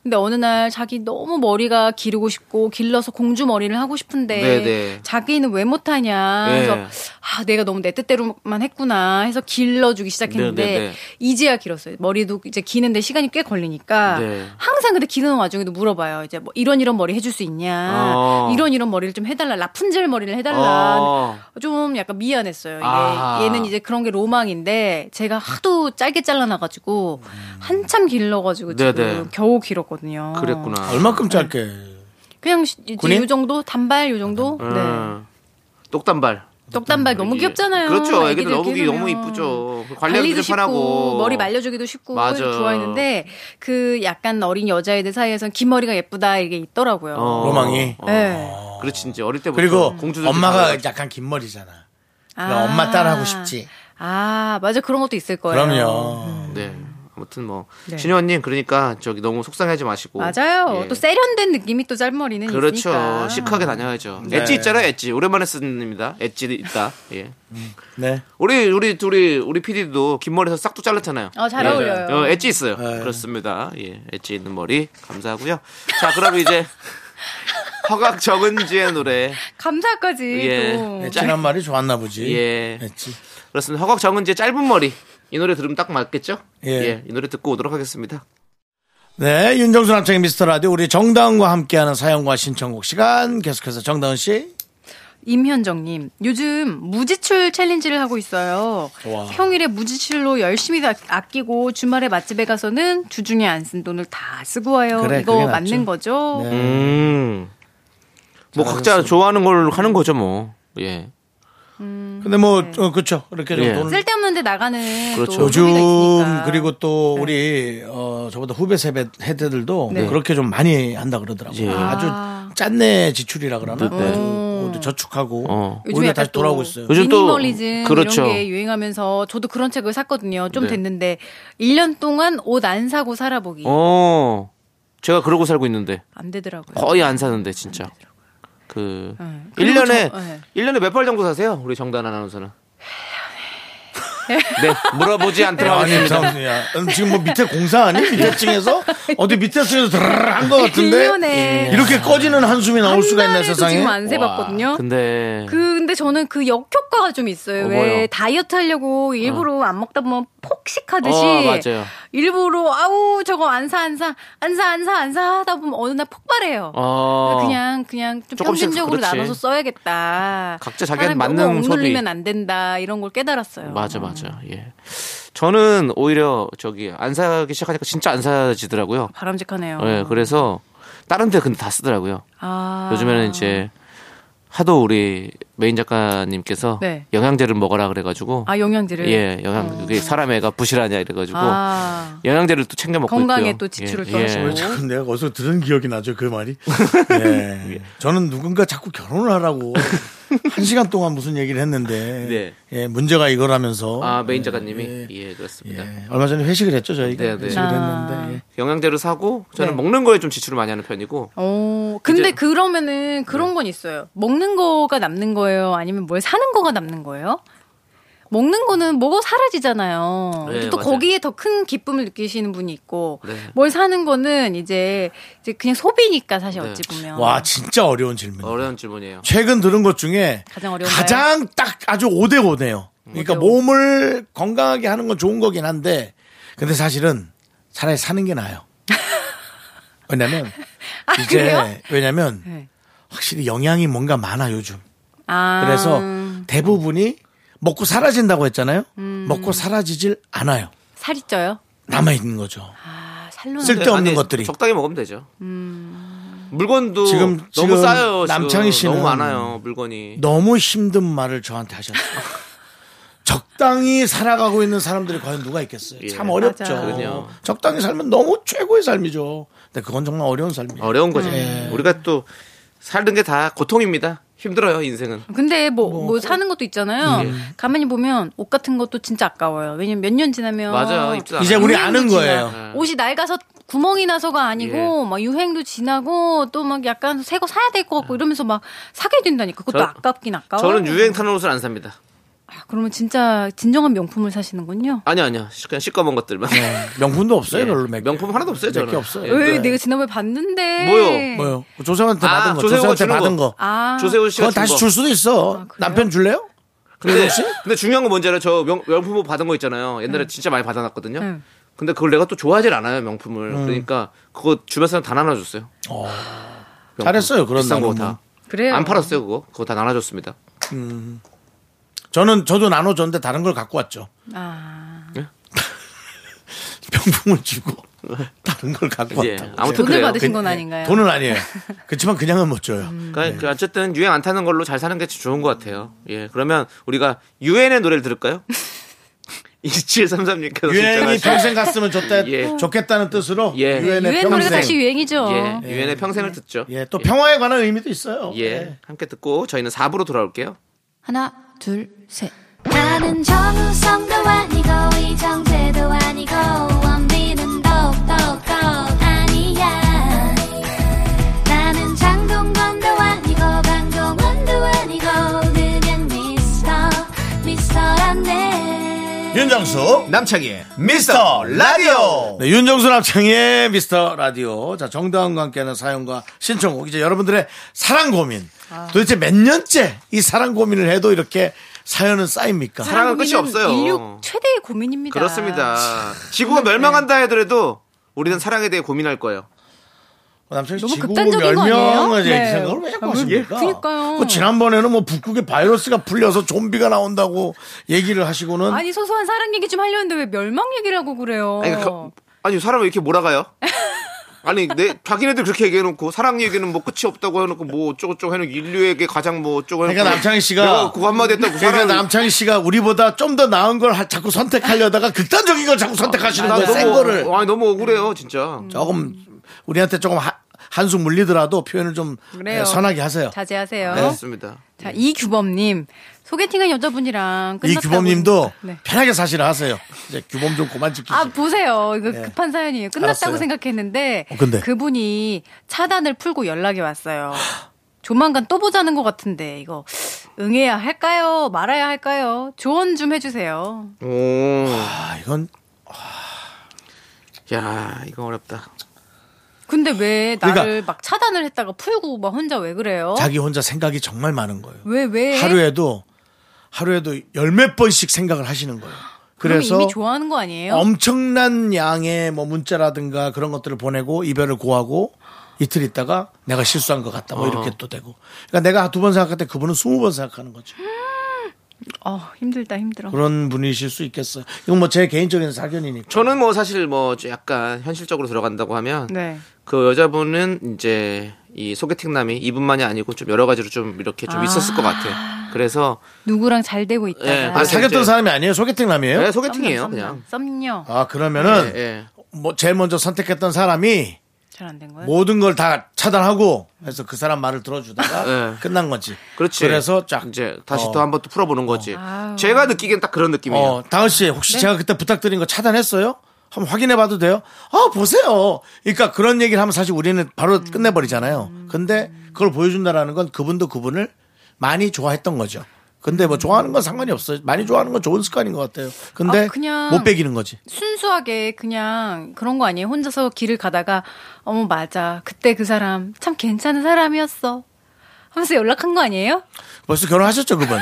Speaker 6: 근데 어느 날 자기 너무 머리가 기르고 싶고 길러서 공주 머리를 하고 싶은데
Speaker 2: 네, 네.
Speaker 6: 자기는 왜 못하냐.
Speaker 2: 네.
Speaker 6: 그래서 아 내가 너무 내 뜻대로만 했구나 해서 길러주기 시작했는데
Speaker 2: 네, 네, 네.
Speaker 6: 이제야 길었어요. 머리도 이제 기는데 시간이 꽤 걸리니까
Speaker 2: 네.
Speaker 6: 항상 근데 기르는 와중에도 물어봐요. 이제 뭐 이런 이런 머리 해줄 수 있냐,
Speaker 2: 어.
Speaker 6: 이런 이런 머리를 좀 해달라, 라푼젤 머리를 해달라.
Speaker 2: 어.
Speaker 6: 좀 약간 미안했어요. 이게
Speaker 2: 아.
Speaker 6: 얘는 이제 그런 게 로망인데 제가 하도 짧게 잘라놔가지고 한참 길러가지고 지금
Speaker 2: 네네.
Speaker 6: 겨우 길었거든요.
Speaker 2: 그랬구나.
Speaker 1: 얼마큼 짧게.
Speaker 6: 그냥 시- 이제
Speaker 1: 군인?
Speaker 6: 요 정도 단발 요 정도. 네.
Speaker 2: 음. 똑단발.
Speaker 6: 떡단발 너무
Speaker 2: 예.
Speaker 6: 귀엽잖아요.
Speaker 2: 그렇죠. 애기들
Speaker 6: 애기들
Speaker 2: 너무 귀-
Speaker 6: 이렇게
Speaker 2: 너무
Speaker 6: 해놓으면.
Speaker 2: 이쁘죠. 관리하기도
Speaker 6: 관리도
Speaker 2: 좀 편하고.
Speaker 6: 쉽고 머리 말려주기도 쉽고
Speaker 2: 맞아.
Speaker 6: 좋아했는데 그 약간 어린 여자애들 사이에서는 긴 머리가 예쁘다 이게 있더라고요.
Speaker 2: 어.
Speaker 1: 로망이.
Speaker 2: 어.
Speaker 6: 네.
Speaker 2: 그렇지 이제 어릴 때부터
Speaker 1: 그리고
Speaker 2: 공주들
Speaker 1: 엄마가 약간 긴 머리잖아. 나 엄마 따라하고 싶지.
Speaker 6: 아, 맞아. 그런 것도 있을 거예요. 음.
Speaker 1: 그럼요.
Speaker 2: 네. 아무튼 뭐
Speaker 6: 네.
Speaker 2: 신현님 그러니까 저기 너무 속상해하지 마시고
Speaker 6: 맞아요.
Speaker 2: 예.
Speaker 6: 또 세련된 느낌이 또 짤머리는
Speaker 2: 그렇죠.
Speaker 6: 있으니까.
Speaker 2: 시크하게 다녀야죠. 엣지 있잖아요, 엣지. 오랜만에 쓰는입니다. 엣지 있다. 예.
Speaker 1: 네.
Speaker 2: 우리 우리 둘이 우리 PD도 긴 머리에서 싹둑 잘랐잖아요.
Speaker 6: 어, 잘
Speaker 2: 예.
Speaker 6: 어울려요.
Speaker 2: 어, 엣지 있어요.
Speaker 1: 예.
Speaker 2: 그렇습니다. 예, 엣지 있는 머리 감사하고요. 자, 그럼 이제 <laughs> 허각 정은지의 노래.
Speaker 6: 감사까지.
Speaker 2: 예.
Speaker 6: 또.
Speaker 1: 네, 지난 말이 좋았나 보지.
Speaker 2: 예.
Speaker 1: 했지.
Speaker 2: 그렇습니다. 허각 정은지의 짧은 머리. 이 노래 들으면 딱 맞겠죠?
Speaker 1: 예.
Speaker 2: 이 노래 듣고 오도록 하겠습니다.
Speaker 1: 네, 윤정수 남창의 미스터 라디오 우리 정다은과 함께하는 사연과 신청곡 시간 계속해서 정다은 씨.
Speaker 6: 임현정님, 요즘 무지출 챌린지를 하고 있어요.
Speaker 1: 와.
Speaker 6: 평일에 무지출로 열심히 다 아끼고 주말에 맛집에 가서는 주중에 안 쓴 돈을 다 쓰고 와요.
Speaker 1: 그래, 그게
Speaker 6: 이거
Speaker 1: 낫죠.
Speaker 6: 맞는 거죠?
Speaker 1: 네.
Speaker 2: 음. 뭐 각자 좋아하는 걸 하는 거죠, 뭐. 예.
Speaker 1: 근데 뭐 어, 그렇죠. 이렇게 좀
Speaker 2: 예.
Speaker 1: 돈을
Speaker 6: 음. 네. 쓸데없는데 나가는
Speaker 2: 그렇죠.
Speaker 6: 또
Speaker 1: 요즘
Speaker 6: 소비가 있으니까. 네.
Speaker 1: 그리고 또 우리 어 저보다 후배 세배 헤드들도
Speaker 2: 네.
Speaker 1: 그렇게 좀 많이 한다 그러더라고요.
Speaker 2: 예.
Speaker 1: 아주 짠내 지출이라 그러나
Speaker 2: 네, 네.
Speaker 1: 어, 저축하고
Speaker 2: 어.
Speaker 6: 요즘에
Speaker 1: 오히려
Speaker 6: 약간
Speaker 1: 다시
Speaker 6: 또
Speaker 1: 돌아오고 있어요.
Speaker 2: 요즘 또
Speaker 6: 미니멀리즘
Speaker 2: 그렇죠.
Speaker 6: 이런 게 유행하면서 저도 그런 책을 샀거든요. 좀
Speaker 2: 네.
Speaker 6: 됐는데 1년 동안 옷 안 사고 살아보기
Speaker 2: 어. 제가 그러고 살고 있는데
Speaker 6: 안 되더라고요.
Speaker 2: 거의 안 사는데 진짜. 그
Speaker 6: 네.
Speaker 2: 일
Speaker 6: 그리고
Speaker 2: 1년에
Speaker 6: 저- 네.
Speaker 2: 1년에 몇 벌 정도 사세요? 우리 정단 아나운서는.
Speaker 6: 예.
Speaker 2: <laughs> 네, 물어보지 않도록
Speaker 1: 아니,
Speaker 2: 하겠습니다.
Speaker 1: 참, 야, 음, 지금 뭐 밑에 공사 아니? 밑에 층에서? 어디 밑에 층에서 드르르한것 같은데?
Speaker 6: 1년에
Speaker 2: 예.
Speaker 1: 이렇게 꺼지는 한숨이 나올 수가 있나 세상에?
Speaker 6: 지금 안 세봤거든요.
Speaker 2: 근데
Speaker 6: 근데 저는 그 역효과가 좀 있어요.
Speaker 2: 어, 뭐요?
Speaker 6: 왜 다이어트 하려고 일부러 안 먹다 보면 폭식하듯이
Speaker 2: 어, 맞아요.
Speaker 6: 일부러 아우 저거 안 사 안 사 안 사 안 사 안 사 하다 보면 어느 날 폭발해요. 그러니까
Speaker 2: 어.
Speaker 6: 그냥 그냥 좀
Speaker 2: 조금씩
Speaker 6: 평균적으로
Speaker 2: 그렇지.
Speaker 6: 나눠서 써야겠다.
Speaker 2: 각자 자기한테
Speaker 6: 사람이
Speaker 2: 맞는
Speaker 6: 너무
Speaker 2: 소비.
Speaker 6: 억눌리면 안 된다 이런 걸 깨달았어요.
Speaker 2: 맞아 맞아. 예. 저는 오히려 저기 안 사기 시작하니까 진짜 안 사지더라고요.
Speaker 6: 바람직하네요.
Speaker 2: 예. 그래서 다른 데 근데 다 쓰더라고요.
Speaker 6: 아.
Speaker 2: 요즘에는 이제 하도 우리 메인 작가님께서
Speaker 6: 네.
Speaker 2: 영양제를 먹어라 그래가지고
Speaker 6: 아 영양제를 어.
Speaker 2: 예 영양 그게 사람 애가 부실하냐 이래가지고 뭐.
Speaker 6: 아.
Speaker 2: 영양제를 또 챙겨 먹고
Speaker 6: 건강에
Speaker 2: 있고요.
Speaker 6: 또 지출을
Speaker 2: 예,
Speaker 6: 또
Speaker 2: 예.
Speaker 6: 하시고.
Speaker 1: 왜 자꾸 내가 어디서 들은 기억이 나죠, 그 말이? 예. 저는 누군가 자꾸 결혼을 하라고 한 시간 동안 무슨 얘기를 했는데, 예, 문제가 이거라면서.
Speaker 2: 네. 아 메인
Speaker 1: 예,
Speaker 2: 작가님이 예,
Speaker 1: 예.
Speaker 2: 그렇습니다.
Speaker 1: 얼마 전에 회식을 했죠, 저희가.
Speaker 2: 네, 네.
Speaker 1: 회식을 했는데. 예.
Speaker 2: 영양제를 사고 저는
Speaker 6: 네.
Speaker 2: 먹는 거에 좀 지출을 많이 하는 편이고
Speaker 6: 오, 어, 근데
Speaker 2: 이제- 네.
Speaker 6: 그러면은 그런 건 있어요. 먹는 거가 남는 거예요? 아니면 뭘 사는 거가 남는 거예요? 먹는 거는 뭐고 사라지잖아요.
Speaker 2: 네,
Speaker 6: 또
Speaker 2: 맞아요.
Speaker 6: 거기에 더 큰 기쁨을 느끼시는 분이 있고
Speaker 2: 네.
Speaker 6: 뭘 사는 거는 이제 이제 그냥 소비니까 사실
Speaker 2: 네.
Speaker 6: 어찌 보면
Speaker 1: 와, 진짜 어려운 질문.
Speaker 2: 어려운 질문이에요.
Speaker 1: 최근 들은 것 중에
Speaker 6: 가장 어려운가요?
Speaker 1: 가장 딱 아주 5대5네요. 그러니까
Speaker 6: 오대오.
Speaker 1: 몸을 건강하게 하는 건 좋은 거긴 한데, 근데 사실은 차라리 사는 게 나아요.
Speaker 6: <laughs>
Speaker 1: 왜냐면,
Speaker 6: 아,
Speaker 1: 이제,
Speaker 6: 그래요?
Speaker 1: 왜냐면,
Speaker 6: 네.
Speaker 1: 확실히 영양이 뭔가 많아, 요즘.
Speaker 6: 아,
Speaker 1: 그래서 대부분이 먹고 사라진다고 했잖아요.
Speaker 6: 음.
Speaker 1: 먹고 사라지질 않아요.
Speaker 6: 살이 쪄요.
Speaker 1: 남아있는 거죠.
Speaker 6: 아, 살로
Speaker 1: 쓸- 쓸데없는
Speaker 2: 아니,
Speaker 1: 것들이.
Speaker 2: 적당히 먹으면 되죠.
Speaker 6: 음.
Speaker 2: 물건도
Speaker 1: 지금-
Speaker 2: 너무
Speaker 1: 지금
Speaker 2: 싸요. 지금.
Speaker 1: 남창희 씨는
Speaker 2: 너무 많아요 물건이.
Speaker 1: 너무 힘든 말을 저한테
Speaker 2: <laughs>
Speaker 1: 하셨어요. 적당히 살아가고 있는 사람들이 과연 누가 있겠어요?
Speaker 2: 예,
Speaker 1: 참 어렵죠.
Speaker 6: 맞아요.
Speaker 2: 그럼요.
Speaker 1: 적당히 살면 너무 최고의 삶이죠. 근데 그건 정말 어려운 삶이에요.
Speaker 2: 어려운 거죠.
Speaker 6: 네.
Speaker 2: 우리가 또 사는 게 다 고통입니다. 힘들어요 인생은.
Speaker 6: 근데 뭐, 뭐,
Speaker 2: 그
Speaker 6: 사는 것도
Speaker 2: 예.
Speaker 6: 있잖아요. 가만히 보면 옷 같은 것도 진짜 아까워요. 왜냐면 몇 년 지나면
Speaker 2: 맞아요. 입지
Speaker 1: 이제 우리
Speaker 6: 유행도
Speaker 1: 아는 거예요.
Speaker 6: 지나- 옷이 낡아서 구멍이 나서가 아니고 막 유행도 지나고 또 막 약간 새 거 사야 될 것 같고 이러면서 막 사게 된다니까 그것도
Speaker 2: 저-
Speaker 6: 아깝긴 아까워.
Speaker 2: 저는 유행 타는 옷을 안 삽니다.
Speaker 6: 아, 그러면 진짜 진정한 명품을 사시는군요.
Speaker 2: 아니요 아니요. 그냥 씻어먹은 것들만.
Speaker 1: 네. 명품도 없어요,
Speaker 2: 예.
Speaker 1: 별로. 몇 개.
Speaker 2: 명품 하나도 없어요,
Speaker 1: 몇개
Speaker 2: 저는.
Speaker 1: 없어요.
Speaker 2: 예.
Speaker 6: 왜
Speaker 2: 네.
Speaker 6: 내가 지난번에 봤는데
Speaker 2: 뭐요?
Speaker 1: 뭐요? 조세호한테
Speaker 2: 아,
Speaker 1: 받은 거.
Speaker 2: 조세호가
Speaker 1: 조세호한테
Speaker 2: 주는
Speaker 1: 받은 거.
Speaker 6: 아
Speaker 2: 조세호 씨가
Speaker 1: 그건
Speaker 2: 준
Speaker 1: 다시
Speaker 2: 거. 네.
Speaker 1: 줄 수도 있어. 남편 줄래요?
Speaker 2: 근데, 근데 중요한 건 뭔지 알아요? 저 명, 명품 옷 받은 거 있잖아요. 옛날에 진짜 많이 받아놨거든요.
Speaker 6: 응.
Speaker 2: 근데 그걸 내가 또 좋아하질 않아요, 명품을.
Speaker 1: 음.
Speaker 2: 그러니까 그거 주변 사람 다 나눠줬어요. 명품.
Speaker 1: 잘했어요, 그런
Speaker 2: 비싼 거
Speaker 1: 나눔은.
Speaker 2: 다.
Speaker 6: 그래요.
Speaker 2: 안 팔았어요, 그거. 그거 다 나눠줬습니다.
Speaker 1: 저는 저도 나눠줬는데 다른 걸 갖고 왔죠.
Speaker 6: 아
Speaker 2: 예?
Speaker 1: <laughs> 명품을 주고 다른 걸 갖고
Speaker 2: 예.
Speaker 1: 왔다고.
Speaker 2: 네. 아무튼
Speaker 6: 돈을
Speaker 2: 그래요.
Speaker 6: 받으신 건
Speaker 1: 예,
Speaker 6: 아닌가요? 음.
Speaker 1: 돈은 아니에요. 그렇지만 그냥은 못 줘요.
Speaker 2: 그러니까 그 어쨌든 유행 안 타는 걸로 잘 사는 게 좋은 것 같아요. 예. 그러면 우리가 유엔의 노래를 들을까요? 2733님께서
Speaker 1: 유엔이 평생 갔으면 좋다,
Speaker 2: 예.
Speaker 1: 좋겠다는 뜻으로
Speaker 2: 예.
Speaker 1: 유엔의
Speaker 6: 유행 노래가
Speaker 1: 평생.
Speaker 6: 다시 유행이죠.
Speaker 2: 예. 유엔의 평생을 듣죠.
Speaker 1: 예, 또 평화에 관한 의미도 있어요.
Speaker 2: 예. 함께 듣고 저희는 4부로 돌아올게요.
Speaker 6: 하나, 둘, 셋.
Speaker 4: 나는 정우성도 아니고 이정재도 아니고 원빈은 더욱더 아니야 나는 장동건도 아니고 강동원도 아니고 그냥 미스터 미스터란데
Speaker 1: 예, 윤정수
Speaker 2: 남창희의
Speaker 1: 미스터 라디오 네, 윤정수 남창희의 미스터 라디오 자 정다은과 함께하는 사연과 신청곡 이제 여러분들의 사랑 고민
Speaker 6: 아.
Speaker 1: 도대체 몇 년째 이 사랑 고민을 해도 이렇게 사연은 쌓입니까?
Speaker 2: 사랑은 끝이 없어요.
Speaker 6: 인류 최대의 고민입니다.
Speaker 2: 그렇습니다. 지구가
Speaker 1: 네.
Speaker 2: 멸망한다 하더라도 우리는 사랑에 대해 고민할 거예요.
Speaker 1: 그 남창희 씨
Speaker 6: 너무
Speaker 1: 지구
Speaker 6: 극단적인 거
Speaker 1: 멸망을
Speaker 6: 아니에요?
Speaker 1: 네.
Speaker 6: 네.
Speaker 1: 생각을 왜 자꾸
Speaker 6: 아,
Speaker 1: 하십니까?
Speaker 6: 그러니까요.
Speaker 1: 그 지난번에는 뭐 북극에 바이러스가 풀려서 좀비가 나온다고 얘기를 하시고는
Speaker 6: 아니 소소한 사랑 얘기 좀 하려는데 왜 멸망 얘기를 하고 그래요?
Speaker 7: 아니, 그- 아니 사람 왜 이렇게 몰아가요? 아니 내 자기네들 그렇게 얘기해놓고 사랑 얘기는 뭐 끝이 없다고 해놓고 뭐 어쩌고저쩌고 해놓고 인류에게 가장 뭐 어쩌고 해놓고
Speaker 1: 그러니까 남창희 씨가-
Speaker 7: 내가 그거 한마디 했다고
Speaker 1: 그러니까
Speaker 7: 사랑
Speaker 1: 남창희 씨가 우리보다 좀 더 나은 걸 하- 자꾸 선택하려다가 극단적인 걸 자꾸 선택하시는
Speaker 7: 아,
Speaker 2: 아,
Speaker 1: 거예요. 센 거를
Speaker 2: 어,
Speaker 7: 아니 너무 어, 억울해요 진짜
Speaker 1: 조금 우리한테 조금 하- 한숨 물리더라도 표현을 좀
Speaker 6: 그래요.
Speaker 1: 네, 선하게 하세요.
Speaker 6: 자제하세요.
Speaker 2: 네,
Speaker 7: 그렇습니다
Speaker 6: 자 이규범님 소개팅한 여자분이랑 끝났다고.
Speaker 1: 이 규범님도
Speaker 6: 네.
Speaker 1: 편하게 사실을 하세요. 이제 규범 좀 그만 지키시.
Speaker 6: 아 보세요 이거
Speaker 1: 네.
Speaker 6: 급한 사연이에요 끝났다고
Speaker 1: 알았어요.
Speaker 6: 생각했는데
Speaker 1: 어, 근데?
Speaker 6: 그분이 차단을 풀고 연락이 왔어요 조만간 또 보자는 것 같은데 이거 응해야 할까요 말아야 할까요 조언 좀 해주세요
Speaker 7: 오야
Speaker 1: 아 이건
Speaker 7: 이거 어렵다
Speaker 6: 근데 왜 나를
Speaker 1: 그러니까-
Speaker 6: 막 차단을 했다가 풀고 막 혼자 왜 그래요
Speaker 1: 자기 혼자 생각이 정말 많은 거예요.
Speaker 6: 왜 왜?
Speaker 1: 하루에도 하루에도 열 몇 번씩 생각을 하시는 거예요.
Speaker 6: 그럼
Speaker 1: 그래서
Speaker 6: 이미 좋아하는 거 아니에요
Speaker 1: 엄청난 양의 뭐 문자라든가 그런 것들을 보내고 이별을 고하고 이틀 있다가 내가 실수한 것 같다 뭐
Speaker 6: 어.
Speaker 1: 이렇게 또 되고 그러니까 내가 두 번 생각할 때 그분은 스무 번 생각하는 거죠
Speaker 6: 어 힘들다 힘들어
Speaker 1: 그런 분이실 수 있겠어요 이건 뭐 제 개인적인 사견이니까
Speaker 7: 저는 뭐 사실 뭐좀 약간 현실적으로 들어간다고 하면
Speaker 6: 네
Speaker 7: 그 여자분은 이제 이 소개팅 남이 이분만이 아니고 좀 여러 가지로 좀 이렇게 좀 있었을 것 같아요 그래서
Speaker 6: 누구랑 잘 되고 있다가
Speaker 7: 예,
Speaker 1: 아 사귀었던
Speaker 7: 이제-
Speaker 1: 사람이 아니에요 소개팅 남이에요
Speaker 7: 네, 소개팅이에요 그냥
Speaker 6: 썸녀
Speaker 1: 아 그러면은
Speaker 7: 예, 예.
Speaker 1: 뭐 제일 먼저 선택했던 사람이
Speaker 6: 잘 안 된 거예요
Speaker 1: 모든 걸 다 차단하고 그래서 그 사람 말을 들어주다가
Speaker 7: 네.
Speaker 1: 끝난 거지
Speaker 7: 그렇지.
Speaker 1: 그래서 쫙
Speaker 7: 이제 다시
Speaker 1: 어.
Speaker 7: 또 한번 또 풀어보는 거지. 제가 느끼기엔 딱 그런 느낌이에요. 네.
Speaker 1: 어, 다은 씨 혹시 제가 그때 부탁드린 거 차단했어요? 한번 확인해 봐도 돼요? 아, 보세요. 그러니까 그런 얘기를 하면 사실 우리는 바로
Speaker 7: 음.
Speaker 1: 끝내 버리잖아요. 근데 그걸 보여준다라는 건 그분도 그분을 많이 좋아했던 거죠. 근데
Speaker 7: 음.
Speaker 1: 뭐 좋아하는 건 상관이 없어요. 많이 좋아하는 건 좋은 습관인 것 같아요. 근데
Speaker 6: 아, 그냥-
Speaker 1: 못 빼기는 거지.
Speaker 6: 순수하게 그냥 그런 거 아니에요? 혼자서 길을 가다가 어머 맞아 그때 그 사람 참 괜찮은 사람이었어 하면서 연락한 거 아니에요?
Speaker 1: 벌써 결혼하셨죠, 그분.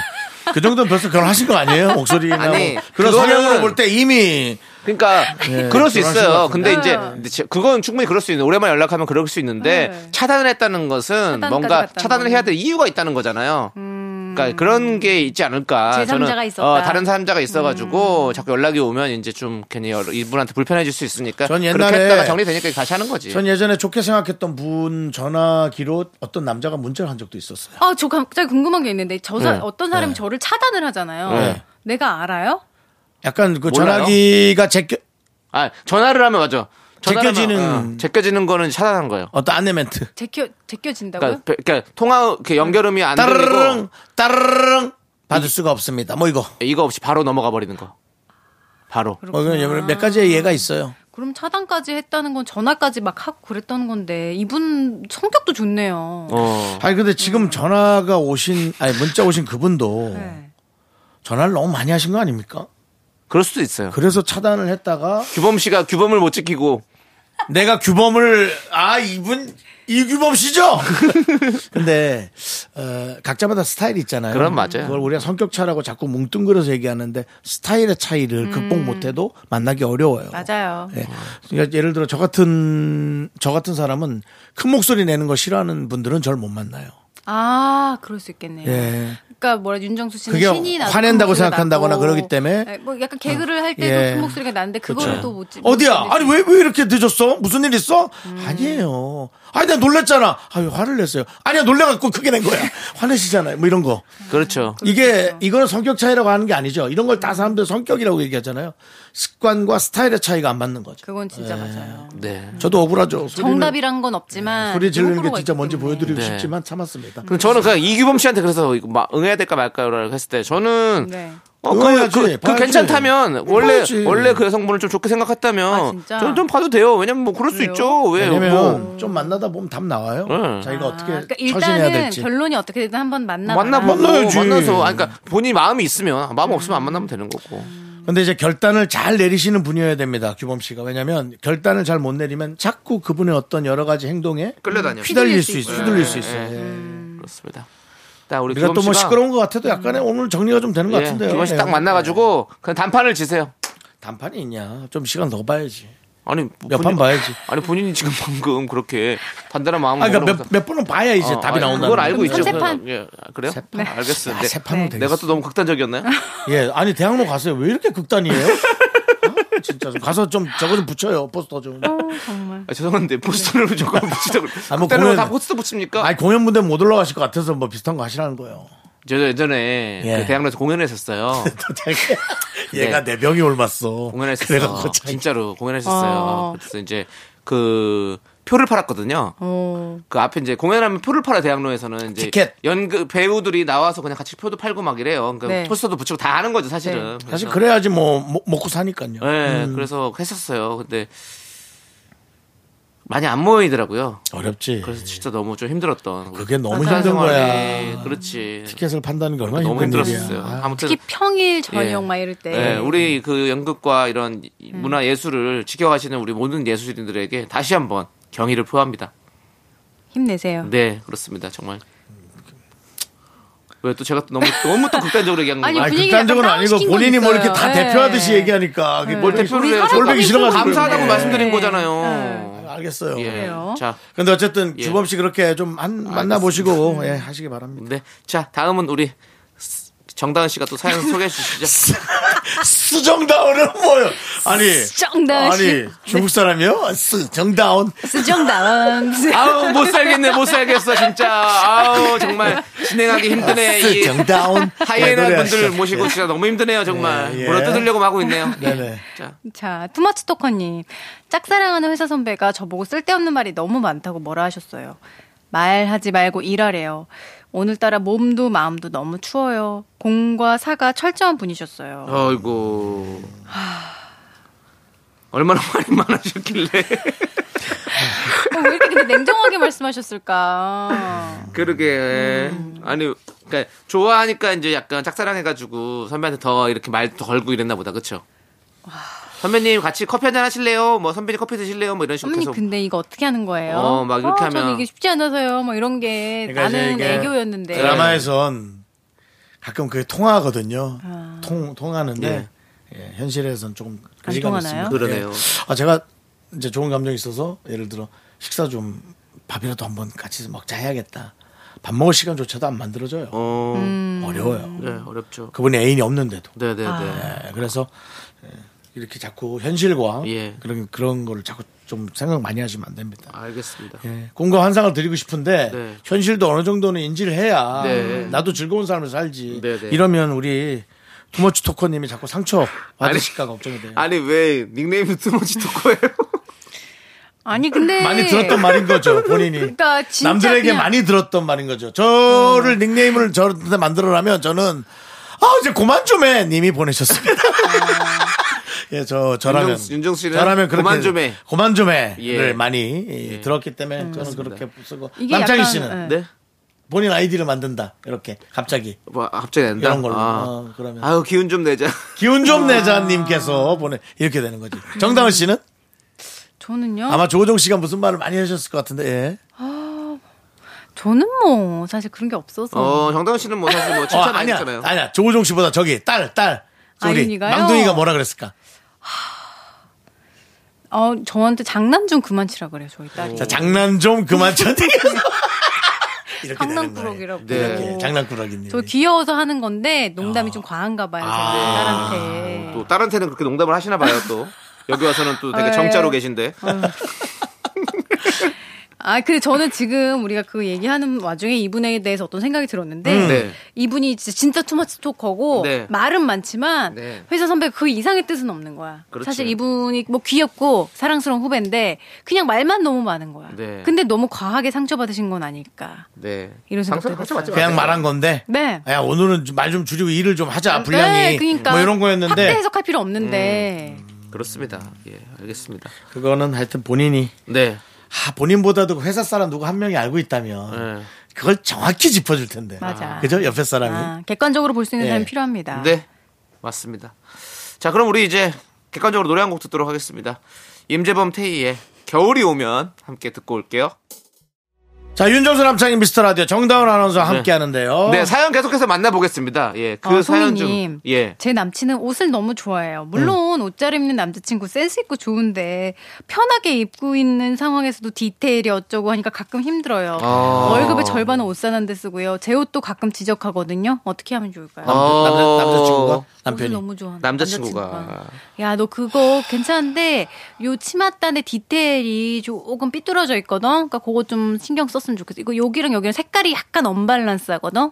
Speaker 1: 그 정도는 벌써 결혼하신 거 아니에요? 목소리나
Speaker 7: 아니,
Speaker 1: 뭐. 그런
Speaker 7: 그거는-
Speaker 1: 성향으로 볼 때 이미
Speaker 7: 그러니까
Speaker 1: 예,
Speaker 7: 그럴 수
Speaker 1: 그런 것
Speaker 7: 있어요.
Speaker 1: 같아요.
Speaker 7: 근데 이제 제- 그건 충분히 그럴 수 있는 오랜만에 연락하면 그럴 수 있는데
Speaker 6: 네.
Speaker 7: 차단을 했다는 것은
Speaker 6: 차단까지
Speaker 7: 뭔가
Speaker 6: 갔다는 음.
Speaker 7: 차단을 해야 될 이유가 있다는 거잖아요. 그러니까 그런 게 있지 않을까.
Speaker 6: 제3자가
Speaker 7: 저는,
Speaker 6: 있었다. 음.
Speaker 7: 어, 다른 사람자가 있어가지고 자꾸 연락이 오면 이제 좀 괜히 여러- 이분한테 불편해질 수 있으니까
Speaker 1: 전
Speaker 7: 그렇게
Speaker 1: 옛날에-
Speaker 7: 했다가 정리되니까 다시 하는 거지.
Speaker 1: 전 예전에 좋게 생각했던 분 전화기로 어떤 남자가 문자를 한 적도 있었어요.
Speaker 6: 아 저 갑자기 궁금한 게 있는데 저 사-
Speaker 1: 네.
Speaker 6: 어떤 사람이
Speaker 1: 네.
Speaker 6: 저를 차단을 하잖아요.
Speaker 1: 네.
Speaker 6: 내가 알아요?
Speaker 1: 약간 그
Speaker 7: 몰라요?
Speaker 1: 전화기가 제껴
Speaker 7: 아 전화를 하면 맞아. 전화를 하면-
Speaker 1: 제껴지는-
Speaker 7: 어, 제껴지는 거는 차단한 거예요.
Speaker 1: 어떤 안내 멘트.
Speaker 6: 제껴 제껴진다고요?
Speaker 7: 그러니까, 배- 그러니까 통화 이렇게 연결음이 안 되고
Speaker 1: 따르릉 따르릉 받을 수가 없습니다. 뭐 이거
Speaker 7: 이거 없이 바로 넘어가 버리는 거. 바로.
Speaker 1: 뭐 이건 여러- 몇 가지의 예가 있어요.
Speaker 6: 그럼 차단까지 했다는 건 전화까지 막 하고 그랬다는 건데 이분 성격도 좋네요.
Speaker 7: 어.
Speaker 1: 아니 근데 지금 전화가 오신 아니 문자 오신 그분도
Speaker 6: 네.
Speaker 1: 전화를 너무 많이 하신 거 아닙니까?
Speaker 7: 그럴 수도 있어요.
Speaker 1: 그래서 차단을 했다가
Speaker 7: 규범 씨가 규범을 못 지키고
Speaker 1: 내가 규범을 아 이분 이규범 씨죠? <laughs> 근데 어, 각자마다 스타일이 있잖아요.
Speaker 7: 그럼 맞아요.
Speaker 1: 그걸 우리가 성격 차라고 자꾸 뭉뚱그려서 얘기하는데 스타일의 차이를 극복 못해도 만나기 어려워요.
Speaker 6: 음. 맞아요.
Speaker 1: 예. 그러니까 예를 들어 저 같은 저 같은 사람은 큰 목소리 내는 거 싫어하는 분들은 절 못 만나요.
Speaker 6: 아 그럴 수 있겠네요.
Speaker 1: 예.
Speaker 6: 그러니까 뭐라 윤정수 씨는
Speaker 1: 그게
Speaker 6: 신이 나고
Speaker 1: 화낸다고
Speaker 6: 목소리가
Speaker 1: 생각한다거나
Speaker 6: 나고.
Speaker 1: 그러기 때문에.
Speaker 6: 네, 뭐 약간 개그를 할 때도
Speaker 1: 예.
Speaker 6: 큰 목소리가 나는데 그거를 또못
Speaker 1: 어디야? 아니 왜 왜 이렇게 늦었어? 무슨 일 있어? 아니에요. 아니 나 놀랬잖아. 아유 화를 냈어요. 아니야 놀래갖고 크게 낸 거야. 화내시잖아요. 뭐 이런 거.
Speaker 7: 그렇죠.
Speaker 1: 이게 이거는 성격 차이라고 하는 게 아니죠. 이런 걸 다 사람들 성격이라고 얘기하잖아요. 습관과 스타일의 차이가 안 맞는 거죠.
Speaker 6: 그건 진짜 맞아요.
Speaker 7: 네.
Speaker 1: 저도 억울하죠. 예. 소리는-
Speaker 6: 정답이란 건 없지만
Speaker 1: 예. 소리 지르는 게
Speaker 6: 호불호가
Speaker 1: 진짜
Speaker 6: 있기
Speaker 1: 뭔지
Speaker 6: 때문에.
Speaker 1: 보여드리고
Speaker 7: 네.
Speaker 1: 싶지만 참았습니다. 모르겠다.
Speaker 2: 그럼 저는 그냥 이규범 씨한테 그래서 이거 막 응해야 될까 말까요라고 했을 때 저는
Speaker 6: 네.
Speaker 2: 어, 그,
Speaker 1: 응해야지,
Speaker 2: 그, 그
Speaker 1: 봐야지.
Speaker 2: 괜찮다면 원래
Speaker 1: 봐야지.
Speaker 2: 원래 그 여성분을 좀 좋게 생각했다면
Speaker 6: 아, 진짜?
Speaker 2: 저는 좀 봐도 돼요. 왜냐면 뭐 그럴 수
Speaker 6: 그래요?
Speaker 2: 있죠. 왜
Speaker 1: 왜냐면
Speaker 2: 뭐
Speaker 1: 좀 만나다 보면 답 나와요.
Speaker 2: 네.
Speaker 1: 자기가 어떻게
Speaker 6: 아, 그러니까
Speaker 1: 처신해야
Speaker 6: 일단은
Speaker 1: 될지.
Speaker 6: 결론이 어떻게든 한번 만나.
Speaker 2: 만나
Speaker 1: 만나야지.
Speaker 2: 만나서 아니, 그러니까 본인 마음이 있으면 마음 없으면 안 만나면 되는 거고.
Speaker 1: 근데 이제 결단을 잘 내리시는 분이어야 됩니다. 규범 씨가. 왜냐면 결단을 잘 못 내리면 자꾸 그분의 어떤 여러 가지 행동에
Speaker 2: 끌려다녀.
Speaker 1: 휘둘릴 수
Speaker 6: 휘둘릴
Speaker 1: 있어요.
Speaker 6: 수
Speaker 1: 휘둘릴 수 있어요. 예.
Speaker 2: 그렇습니다. 딱 우리
Speaker 1: 우리가
Speaker 2: 규범
Speaker 1: 또 뭐
Speaker 2: 씨가 음.
Speaker 1: 시끄러운 것 같아도 약간의 오늘 정리가 좀 되는 것
Speaker 2: 예,
Speaker 1: 같은데요.
Speaker 2: 규범
Speaker 1: 예.
Speaker 2: 씨딱 만나가지고 그냥 단판을 지세요.
Speaker 1: 단판이 있냐? 좀 시간 더 봐야지.
Speaker 2: 아니 뭐
Speaker 1: 몇 판
Speaker 2: 본인-
Speaker 1: 봐야지.
Speaker 2: 아니 본인이 지금 방금 그렇게 단단한 마음을
Speaker 1: 아, 그러니까
Speaker 2: 먹으면서-
Speaker 1: 몇, 몇 번은 봐야 이제
Speaker 2: 어,
Speaker 1: 답이
Speaker 2: 아니,
Speaker 1: 나온다.
Speaker 2: 그걸 알고 있죠.
Speaker 6: 세 판.
Speaker 2: 그냥, 예, 아, 그래요? 알겠어요.
Speaker 1: 아,
Speaker 2: 네.
Speaker 1: 세 판은 되겠어.
Speaker 2: 내가 또 너무
Speaker 6: <laughs>
Speaker 2: 극단적이었나요?
Speaker 1: 예, 아니 대학로 가세요. 왜 이렇게 극단이에요? 아, 진짜 좀 가서 좀 저거 좀 붙여요 포스터 좀.
Speaker 6: 정말.
Speaker 2: 아, 죄송한데 포스터를 <laughs> 조금
Speaker 1: <laughs>
Speaker 2: 붙이자고.
Speaker 1: 아, 뭐
Speaker 2: 아, 뭐 그때는
Speaker 1: 공연-
Speaker 2: 다 포스터 붙입니까?
Speaker 1: 아니 공연 무대 못 올라가실 것 같아서 뭐 비슷한 거 하시라는 거예요.
Speaker 2: 저 예전에
Speaker 1: 예.
Speaker 2: 그 대학로에서 공연을
Speaker 1: <laughs>
Speaker 2: 했었어요.
Speaker 1: 얘가 내 병이 올랐어.
Speaker 2: 공연을 했었어요. 아,
Speaker 1: 그래갖고 참-
Speaker 2: 진짜로 공연을 했었어요.
Speaker 6: 어.
Speaker 2: 그래서 이제 그 표를 팔았거든요.
Speaker 6: 어.
Speaker 2: 그 앞에 이제 공연하면 표를 팔아 대학로에서는 이제
Speaker 1: 티켓.
Speaker 2: 연극 배우들이 나와서 그냥 같이 표도 팔고 막 이래요. 그러니까
Speaker 6: 네.
Speaker 2: 포스터도 붙이고 다 하는 거죠 사실은.
Speaker 1: 사실
Speaker 2: 그래서-
Speaker 1: 그래야지 뭐 먹- 먹고 사니까요.
Speaker 2: 네,
Speaker 1: 음.
Speaker 2: 그래서 했었어요. 근데 많이 안 모이더라고요.
Speaker 1: 어렵지.
Speaker 2: 그래서 진짜 너무 좀 힘들었던.
Speaker 1: 네. 그게 너무
Speaker 2: 직장
Speaker 1: 힘든
Speaker 2: 생활이. 네,
Speaker 1: 거야.
Speaker 2: 그렇지.
Speaker 1: 티켓을 판다는 게 얼마나
Speaker 2: 너무
Speaker 1: 힘든
Speaker 2: 힘들었어요.
Speaker 1: 일이야. 아,
Speaker 2: 아무튼
Speaker 6: 특히 평일 저녁
Speaker 2: 예.
Speaker 6: 막 이럴 때.
Speaker 2: 예,
Speaker 6: 네.
Speaker 2: 우리 그 연극과 이런
Speaker 6: 음.
Speaker 2: 이- 문화 예술을 지켜가시는 우리 모든 예술인들에게 다시 한번 경의를 표합니다.
Speaker 6: 힘내세요.
Speaker 2: 네, 그렇습니다. 정말. 왜 또 제가 또 너무 너무 또 극단적으로 얘기한
Speaker 6: <laughs> 아니,
Speaker 2: 건가요?
Speaker 1: 아니,
Speaker 6: 분위기가
Speaker 1: 극단적으로
Speaker 6: 약간
Speaker 1: 아니고
Speaker 6: 다운시킨
Speaker 1: 본인이
Speaker 6: 거
Speaker 1: 뭐 이렇게 다
Speaker 6: 있어요.
Speaker 1: 대표하듯이
Speaker 6: 네.
Speaker 1: 얘기하니까 그게 뭘
Speaker 2: 대표를
Speaker 6: 우리
Speaker 2: 해요.
Speaker 6: 사람이
Speaker 1: 얼굴이 싫어가지고
Speaker 2: 감사하다고
Speaker 1: 그러네.
Speaker 2: 말씀드린
Speaker 6: 네.
Speaker 2: 거잖아요.
Speaker 1: 알겠어요.
Speaker 2: 예.
Speaker 6: 그래요.
Speaker 2: 자,
Speaker 1: 근데 어쨌든
Speaker 2: 예.
Speaker 1: 주범 씨 그렇게 좀 한, 만나보시고 예, 하시기 바랍니다.
Speaker 2: 네. 자, 다음은 우리 정다은 씨가 또 사연 소개해 주시죠.
Speaker 1: 수정다운은 뭐요? 아니
Speaker 6: 수정다운 씨.
Speaker 1: 아니 중국 사람이요? 수정다운
Speaker 6: 수정다운.
Speaker 1: <laughs>
Speaker 2: 아우, 못 살겠네, 못 살겠어, 진짜. 아우, 정말 진행하기 힘드네. 이
Speaker 1: 아,
Speaker 6: <laughs>
Speaker 1: 수정다운
Speaker 2: 하이에나
Speaker 1: 네,
Speaker 2: 분들
Speaker 1: 노래하시죠.
Speaker 2: 모시고
Speaker 1: 네.
Speaker 2: 진짜 너무 힘드네요, 정말.
Speaker 1: 네, 예.
Speaker 2: 물어 뜯으려고 하고 예. 있네요.
Speaker 1: 네네.
Speaker 2: 자,
Speaker 6: 자, 투머치 토커님. 짝사랑하는 회사 선배가 저보고 쓸데없는 말이 너무 많다고 뭐라 하셨어요. 말하지 말고 일하래요. 오늘따라 몸도 마음도 너무 추워요. 공과 사가 철저한 분이셨어요.
Speaker 2: 아이고. 얼마나 말이 많으셨길래. <laughs>
Speaker 6: 어, 왜 이렇게 근데
Speaker 2: <laughs>
Speaker 6: 냉정하게 말씀하셨을까?
Speaker 2: 그러게. 아니, 그니까, 좋아하니까 이제 약간 짝사랑해가지고 선배한테 더 이렇게 말도 걸고 이랬나 보다, 그쵸? 선배님 같이 커피 한잔 하실래요? 뭐 선배님 커피 드실래요? 뭐 이런 식으로
Speaker 6: 선배님
Speaker 2: 계속
Speaker 6: 근데 이거 어떻게 하는 거예요?
Speaker 2: 어, 막 이렇게
Speaker 6: 아, 저는
Speaker 2: 하면-
Speaker 6: 이게 쉽지 않아서요. 뭐 이런 게
Speaker 1: 그러니까 이제
Speaker 6: 나는
Speaker 1: 이게
Speaker 6: 애교였는데.
Speaker 1: 드라마에선 가끔 그게 통화하거든요. 통 통하는데
Speaker 2: 예.
Speaker 1: 예, 현실에서는 조금
Speaker 6: 아. 안
Speaker 1: 거리감이
Speaker 6: 통하나요?
Speaker 1: 있습니다.
Speaker 2: 그러네요.
Speaker 1: 예. 아 제가 이제 좋은 감정이 있어서 예를 들어 식사 좀 밥이라도 한번 같이 먹자 해야겠다. 밥 먹을 시간조차도 안 만들어져요.
Speaker 2: 어,
Speaker 6: 음.
Speaker 1: 어려워요.
Speaker 2: 네, 어렵죠.
Speaker 1: 그분이 애인이 없는데도.
Speaker 2: 네네네.
Speaker 1: 예, 그래서 예, 이렇게 자꾸 현실과
Speaker 2: 예.
Speaker 1: 그런 그런 거를 자꾸 좀 생각 많이 하시면 안 됩니다.
Speaker 2: 알겠습니다.
Speaker 1: 예, 꿈과 환상을 드리고 싶은데
Speaker 2: 네.
Speaker 1: 현실도 어느 정도는 인지를 해야
Speaker 2: 네.
Speaker 1: 나도 즐거운 삶을 살지.
Speaker 2: 네, 네.
Speaker 1: 이러면 우리 투머치 토커님이 자꾸 상처 받으실까
Speaker 2: 아니,
Speaker 1: 걱정이 돼요.
Speaker 2: <laughs> 아니 왜 닉네임이 투머치 토커예요?
Speaker 6: 아니 근데
Speaker 1: 많이 들었던 말인 거죠 본인이.
Speaker 6: 그러니까 진짜
Speaker 1: 남들에게
Speaker 6: 그냥- 음.
Speaker 1: 많이 들었던 말인 거죠. 저를 닉네임을 저한테 만들어라면 저는 아 이제 그만 좀 해 님이 보내셨습니다. <laughs> 예, 저 저라면
Speaker 2: 음. 윤정수- 윤정수 씨는
Speaker 1: 저라면 그렇게
Speaker 2: 그만 좀 해.
Speaker 1: 그만 좀 해를
Speaker 2: 예.
Speaker 1: 많이 예, 들었기 때문에 저는 그렇게 쓰고
Speaker 6: 음. 이게
Speaker 1: 남창희
Speaker 6: 약간,
Speaker 1: 씨는
Speaker 6: 예.
Speaker 2: 네?
Speaker 1: 본인 아이디를 만든다 이렇게 갑자기
Speaker 2: 뭐 갑자기 낸다.
Speaker 1: 이런 걸로.
Speaker 2: 아.
Speaker 1: 어, 그러면.
Speaker 2: 아유 기운 좀 내자.
Speaker 1: 기운 좀
Speaker 6: 아.
Speaker 1: 내자님께서 보내 이렇게 되는 거지. 정다은 씨는
Speaker 6: 어? 저는요.
Speaker 1: 아마 조호정 씨가 무슨 말을 많이 하셨을 것 같은데 예.
Speaker 6: 저는 뭐 사실 그런 게 없어서.
Speaker 2: 어 정다은 씨는 뭐 사실 뭐
Speaker 1: 어,
Speaker 2: 칭찬 많이
Speaker 1: 아니야
Speaker 2: 했잖아요.
Speaker 1: 아니야 조호정 씨보다 저기 딸딸 우리
Speaker 6: 아윤이가요?
Speaker 1: 망둥이가 뭐라 그랬을까?
Speaker 6: 어, 저한테 장난 좀 그만 치라 그래요, 저희 딸이.
Speaker 1: 자, 장난 좀 그만
Speaker 6: <laughs>
Speaker 1: 쳐대겠어. 이렇게 되는
Speaker 6: 장난꾸러기라고. 네.
Speaker 1: 거예요. 이렇게 장난꾸러기님.
Speaker 6: 저 귀여워서 하는 건데 농담이 좀 과한가 봐요,
Speaker 2: 네. 아.
Speaker 6: 저희 딸한테.
Speaker 2: 또 딸한테는 그렇게 농담을 하시나 봐요 또. 여기 와서는 또 되게
Speaker 6: 아, 예. 아유. 예.
Speaker 2: 정자로 계신데.
Speaker 6: 아, 근데 저는 지금 우리가 그 얘기하는 와중에 이분에 대해서 어떤 생각이 들었는데
Speaker 2: 음. 네.
Speaker 6: 이분이 진짜, 진짜 투머치 토커고
Speaker 2: 네.
Speaker 6: 말은 많지만
Speaker 2: 네.
Speaker 6: 회사 선배 그 이상의 뜻은 없는 거야.
Speaker 2: 그렇지.
Speaker 6: 사실 이분이 뭐 귀엽고 사랑스러운 후배인데 그냥 말만 너무 많은 거야.
Speaker 2: 네.
Speaker 6: 근데 너무 과하게 상처받으신 건 아닐까.
Speaker 2: 네.
Speaker 6: 이런 생각도
Speaker 2: 상처- 상처 받지
Speaker 6: 해봤어요.
Speaker 1: 그냥
Speaker 2: 마세요.
Speaker 1: 말한 건데.
Speaker 6: 네.
Speaker 1: 야 오늘은 말 좀 줄이고 일을 좀 하자
Speaker 2: 아,
Speaker 1: 분량이
Speaker 6: 네, 그러니까
Speaker 1: 뭐 이런
Speaker 6: 확대
Speaker 1: 거였는데
Speaker 6: 해석할 필요
Speaker 2: 음.
Speaker 6: 없는데.
Speaker 2: 그렇습니다. 예, 알겠습니다.
Speaker 1: 그거는 하여튼 본인이
Speaker 2: 네.
Speaker 1: 아, 본인보다도 그 회사 사람 누구 한 명이 알고 있다면
Speaker 2: 네.
Speaker 1: 그걸 정확히 짚어줄 텐데.
Speaker 6: 맞아.
Speaker 1: 그죠? 옆에 사람이.
Speaker 6: 아, 객관적으로 볼 수 있는
Speaker 1: 예.
Speaker 6: 사람이 필요합니다.
Speaker 2: 네. 맞습니다. 자, 그럼 우리 이제 객관적으로 노래 한 곡 듣도록 하겠습니다. 임재범 태희의 겨울이 오면 함께 듣고 올게요.
Speaker 1: 자, 윤정수 남창인 미스터 라디오 정다운 아나운서 와 함께 하는데요.
Speaker 2: 네, 사연 계속해서 만나보겠습니다. 예, 그
Speaker 6: 어,
Speaker 2: 사연 좀.
Speaker 6: 송이님.
Speaker 2: 예.
Speaker 6: 제 남친은 옷을 너무 좋아해요. 물론
Speaker 1: 음.
Speaker 6: 옷 잘 입는 남자친구 센스 있고 좋은데 편하게 입고 있는 상황에서도 디테일이 어쩌고 하니까 가끔 힘들어요.
Speaker 2: 아.
Speaker 6: 월급의 절반은 옷 사는데 쓰고요. 제 옷도 가끔 지적하거든요. 어떻게 하면 좋을까요?
Speaker 2: 아,
Speaker 1: 남자,
Speaker 2: 어.
Speaker 1: 남자친구가
Speaker 6: 옷을
Speaker 1: 남편이.
Speaker 6: 너무 좋아하는
Speaker 2: 남자친구가.
Speaker 6: 야 너 그거 괜찮은데 요 치맛단의 디테일이 조금 삐뚤어져 있거든 그러니까 그거 좀 신경 썼으면 좋겠어 이거 여기랑 여기랑 색깔이 약간 언밸런스 하거든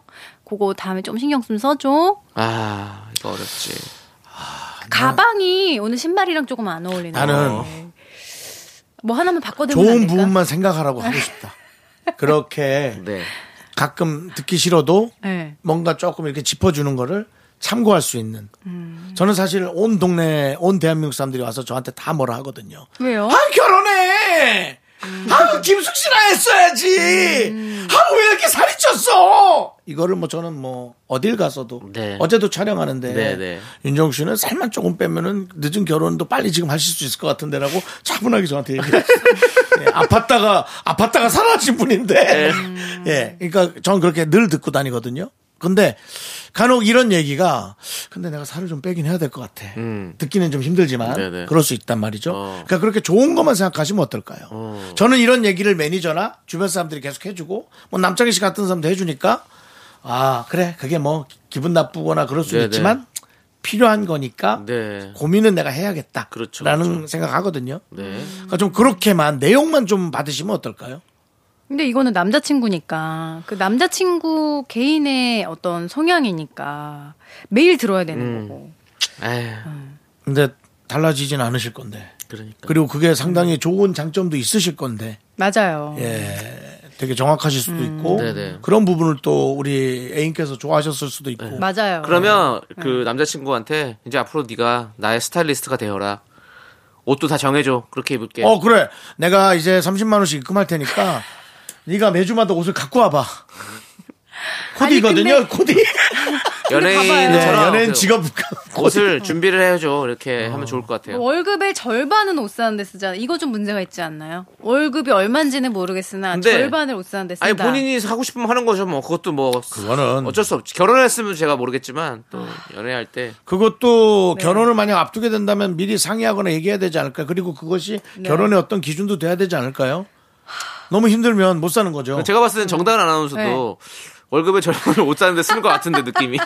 Speaker 6: 그거 다음에 좀 신경 좀 써줘 아,
Speaker 2: 아, 이거 어렵지.
Speaker 6: 가방이 오늘 신발이랑 조금 안 어울리네
Speaker 1: 나는
Speaker 6: 뭐 하나만 바꿔드리면 안
Speaker 1: 좋은
Speaker 6: 될까?
Speaker 1: 부분만 생각하라고 하고 싶다. 그렇게
Speaker 2: <laughs> 네.
Speaker 1: 가끔 듣기 싫어도
Speaker 6: 네.
Speaker 1: 뭔가 조금 이렇게 짚어주는 거를 참고할 수 있는.
Speaker 6: 음.
Speaker 1: 저는 사실 온 동네, 온 대한민국 사람들이 와서 저한테 다 뭐라 하거든요.
Speaker 6: 왜요?
Speaker 1: 아 결혼해. 아 김숙 씨나 했어야지. 아 왜 이렇게 살이 쪘어? 이거를 뭐 저는 뭐 어딜 가서도
Speaker 2: 네.
Speaker 1: 어제도 촬영하는데
Speaker 2: 네, 네.
Speaker 1: 윤정 씨는 살만 조금 빼면은 늦은 결혼도 빨리 지금 하실 수 있을 것 같은데라고 차분하게 저한테
Speaker 2: <laughs>
Speaker 1: 얘기했어요. 예, 아팠다가 아팠다가 살아나신 분인데
Speaker 2: 네.
Speaker 1: 예 그러니까 전 그렇게 늘 듣고 다니거든요. 근데 간혹 이런 얘기가 근데 내가 살을 좀 빼긴 해야 될 것 같아. 듣기는 좀 힘들지만
Speaker 2: 음. 네네.
Speaker 1: 그럴 수 있단 말이죠.
Speaker 2: 어.
Speaker 1: 그러니까 그렇게 좋은 것만 생각하시면 어떨까요? 저는 이런 얘기를 매니저나 주변 사람들이 계속 해주고 뭐 남창희 씨 같은 사람도 해주니까 아 그래 그게 뭐 기분 나쁘거나 그럴 수는
Speaker 2: 네네.
Speaker 1: 있지만 필요한 거니까
Speaker 2: 네.
Speaker 1: 고민은 내가 해야겠다.
Speaker 2: 그렇죠,
Speaker 1: 라는 생각하거든요.
Speaker 2: 네.
Speaker 1: 그러니까 좀 그렇게만 내용만 좀 받으시면 어떨까요?
Speaker 6: 근데 이거는 남자친구니까 그 남자친구 개인의 어떤 성향이니까 매일 들어야 되는
Speaker 2: 음.
Speaker 6: 거고
Speaker 2: 에휴,
Speaker 1: 근데 달라지진 않으실 건데.
Speaker 2: 그러니까.
Speaker 1: 그리고 그게 상당히 좋은 장점도 있으실 건데.
Speaker 6: 맞아요
Speaker 1: 예, 되게 정확하실 수도 있고
Speaker 2: 네네.
Speaker 1: 그런 부분을 또 우리 애인께서 좋아하셨을 수도 있고
Speaker 6: 네. 맞아요
Speaker 2: 그러면 그 남자친구한테 이제 앞으로 네가 나의 스타일리스트가 되어라. 옷도 다 정해줘. 그렇게 입을게.
Speaker 1: 어 그래 내가 이제 30만 원씩 입금할 테니까 네가 매주마다 옷을 갖고 와봐 코디거든요
Speaker 6: 아니,
Speaker 1: 코디
Speaker 2: 연예인은 어.
Speaker 1: 네,
Speaker 2: 저랑
Speaker 1: 연예인
Speaker 2: 그
Speaker 1: 직업
Speaker 2: 옷을 준비를 해줘. 이렇게 하면 좋을 것
Speaker 6: 뭐
Speaker 2: 같아요.
Speaker 6: 월급의 절반은 옷 사는데 쓰잖아. 이거 좀 문제가 있지 않나요? 월급이 얼마인지는 모르겠으나
Speaker 2: 근데-
Speaker 6: 절반을 옷 사는데 쓴다.
Speaker 2: 아니 본인이 하고 싶으면 하는 거죠. 뭐 그것도 뭐
Speaker 1: 그거는-
Speaker 2: 어쩔 수 없지. 결혼했으면 제가 모르겠지만 또 연애할 때
Speaker 1: 그것도 결혼을 만약 앞두게 된다면 미리 상의하거나 얘기해야 되지 않을까 그리고 그것이 결혼의 어떤 기준도 돼야 되지 않을까요 너무 힘들면 못 사는 거죠
Speaker 2: 그 제가 봤을 땐 정다은 아나운서도 월급의 절반을 옷 사는데 쓰는 것 같은데 느낌이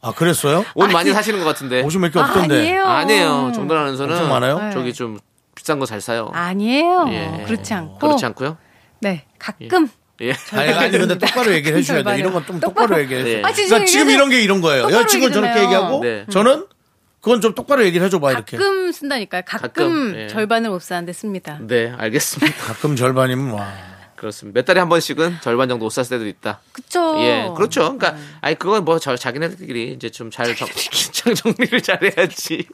Speaker 1: 아 그랬어요
Speaker 2: 옷 많이 사시는 것 같은데
Speaker 1: 옷이 몇개
Speaker 6: 아,
Speaker 1: 없던데
Speaker 6: 아니에요.
Speaker 2: 네. 아니에요. 정다은 아나운서는
Speaker 1: 엄청 많아요?
Speaker 6: 네.
Speaker 2: 저기 좀 비싼 거 잘 사요.
Speaker 6: 아니에요.
Speaker 2: 예.
Speaker 6: 그렇지 않고.
Speaker 2: 그렇지 않고요.
Speaker 6: 네. 가끔.
Speaker 2: 예.
Speaker 1: 아니, 아니 근데 똑바로 얘기를 해줘야 돼.
Speaker 6: 절반이요.
Speaker 1: 이런 건 좀 똑바로 얘기해.
Speaker 2: 네.
Speaker 1: 줘
Speaker 6: 아, 진짜
Speaker 1: 그러니까 지금
Speaker 6: 얘기는
Speaker 1: 이런 게 이런 거예요.
Speaker 6: 똑바로
Speaker 1: 여자친구는 저렇게
Speaker 6: 얘기잖아요.
Speaker 1: 얘기하고
Speaker 2: 네.
Speaker 1: 저는 그건 좀 똑바로 얘기를 해줘봐 이렇게. 가끔,
Speaker 6: 가끔 쓴다니까요. 가끔,
Speaker 2: 가끔, 예.
Speaker 6: 절반을 옷 사는데 씁니다.
Speaker 2: <laughs> 네, 알겠습니다.
Speaker 1: 절반이면 와.
Speaker 2: 그렇습니다. 몇 달에 한 번씩은 절반 정도 옷 살 때도 있다.
Speaker 6: 그쵸.
Speaker 2: 예, 그렇죠. 그러니까 아니 그건 뭐 저, 자기네들끼리 이제 좀 잘 <laughs> 정리를 잘해야지.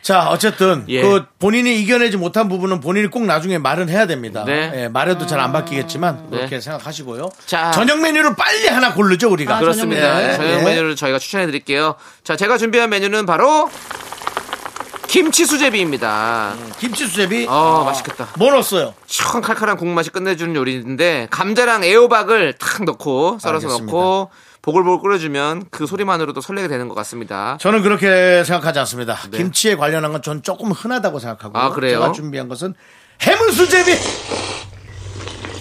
Speaker 1: 자 어쨌든
Speaker 2: 예.
Speaker 1: 그 본인이 이겨내지 못한 부분은 본인이 꼭 나중에 말은 해야 됩니다.
Speaker 2: 네.
Speaker 1: 예, 말해도 잘 안 바뀌겠지만
Speaker 2: 네.
Speaker 1: 그렇게 생각하시고요.
Speaker 2: 자.
Speaker 1: 저녁 메뉴를 빨리 하나 고르죠 우리가.
Speaker 6: 아,
Speaker 2: 그렇습니다.
Speaker 1: 예,
Speaker 2: 저녁
Speaker 1: 예.
Speaker 2: 메뉴를 저희가 추천해 드릴게요. 자, 제가 준비한 메뉴는 바로 김치 수제비입니다.
Speaker 1: 김치 수제비.
Speaker 2: 어, 맛있겠다.
Speaker 1: 뭐 넣었어요?
Speaker 2: 시원 칼칼한 국맛이 끝내주는 요리인데 감자랑 애호박을 탁 넣고 썰어서
Speaker 1: 알겠습니다.
Speaker 2: 넣고 보글보글 끓여주면 그 소리만으로도 설레게 되는 것 같습니다.
Speaker 1: 저는 그렇게 생각하지 않습니다. 김치에 관련한 건 전 조금 흔하다고 생각하고
Speaker 2: 네. 아, 그래요?
Speaker 1: 제가 준비한 것은 해물 수제비.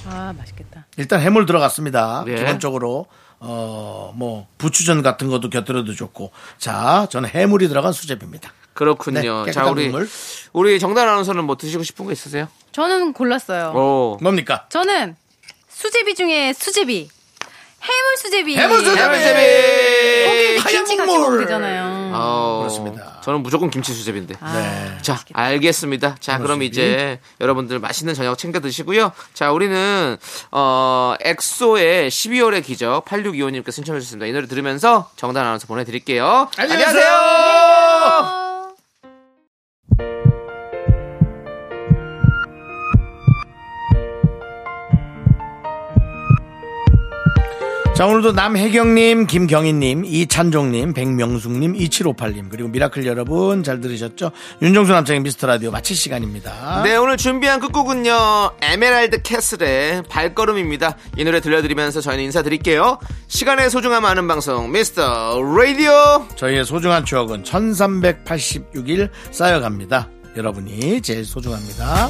Speaker 6: 아, 맛있겠다.
Speaker 1: 일단 해물 들어갔습니다.
Speaker 2: 네.
Speaker 1: 기본적으로 어 뭐 부추전 같은 것도 곁들여도 좋고 자 저는 해물이 들어간 수제비입니다. 네,
Speaker 2: 그렇군요. 자
Speaker 1: 깨끗한
Speaker 2: 우리
Speaker 1: 국물.
Speaker 2: 우리 정단 아나운서는 뭐 드시고 싶은 거 있으세요?
Speaker 6: 저는 골랐어요.
Speaker 2: 오.
Speaker 1: 뭡니까?
Speaker 6: 저는 수제비 중에 수제비. 해물 수제비.
Speaker 1: 해물수제비!
Speaker 2: 해물세비.
Speaker 6: 거기 김치 같이
Speaker 1: 하얀 국물!
Speaker 6: 먹으면 되잖아요.
Speaker 2: 어,
Speaker 1: 네. 그렇습니다.
Speaker 2: 저는 무조건 김치 수제비인데.
Speaker 1: 네.
Speaker 2: 자, 알겠습니다. 자, 그럼 이제 여러분들 맛있는 저녁 챙겨 드시고요. 자, 우리는 어 엑소의 12월의 기적 8625님께 신청해 주셨습니다. 이 노래 들으면서 정단 아나운서 보내드릴게요.
Speaker 1: 안녕히 자, 오늘도 남혜경님, 김경희님, 이찬종님, 백명숙님, 2758님, 그리고 미라클 여러분 잘 들으셨죠? 윤정수 남창의 미스터 라디오 마칠 시간입니다.
Speaker 2: 네, 오늘 준비한 끝곡은요. 에메랄드 캐슬의 발걸음입니다. 이 노래 들려드리면서 저희는 인사드릴게요. 시간의 소중함 아는 방송 미스터 라디오.
Speaker 1: 저희의 소중한 추억은 1386일 쌓여갑니다. 여러분이 제일 소중합니다.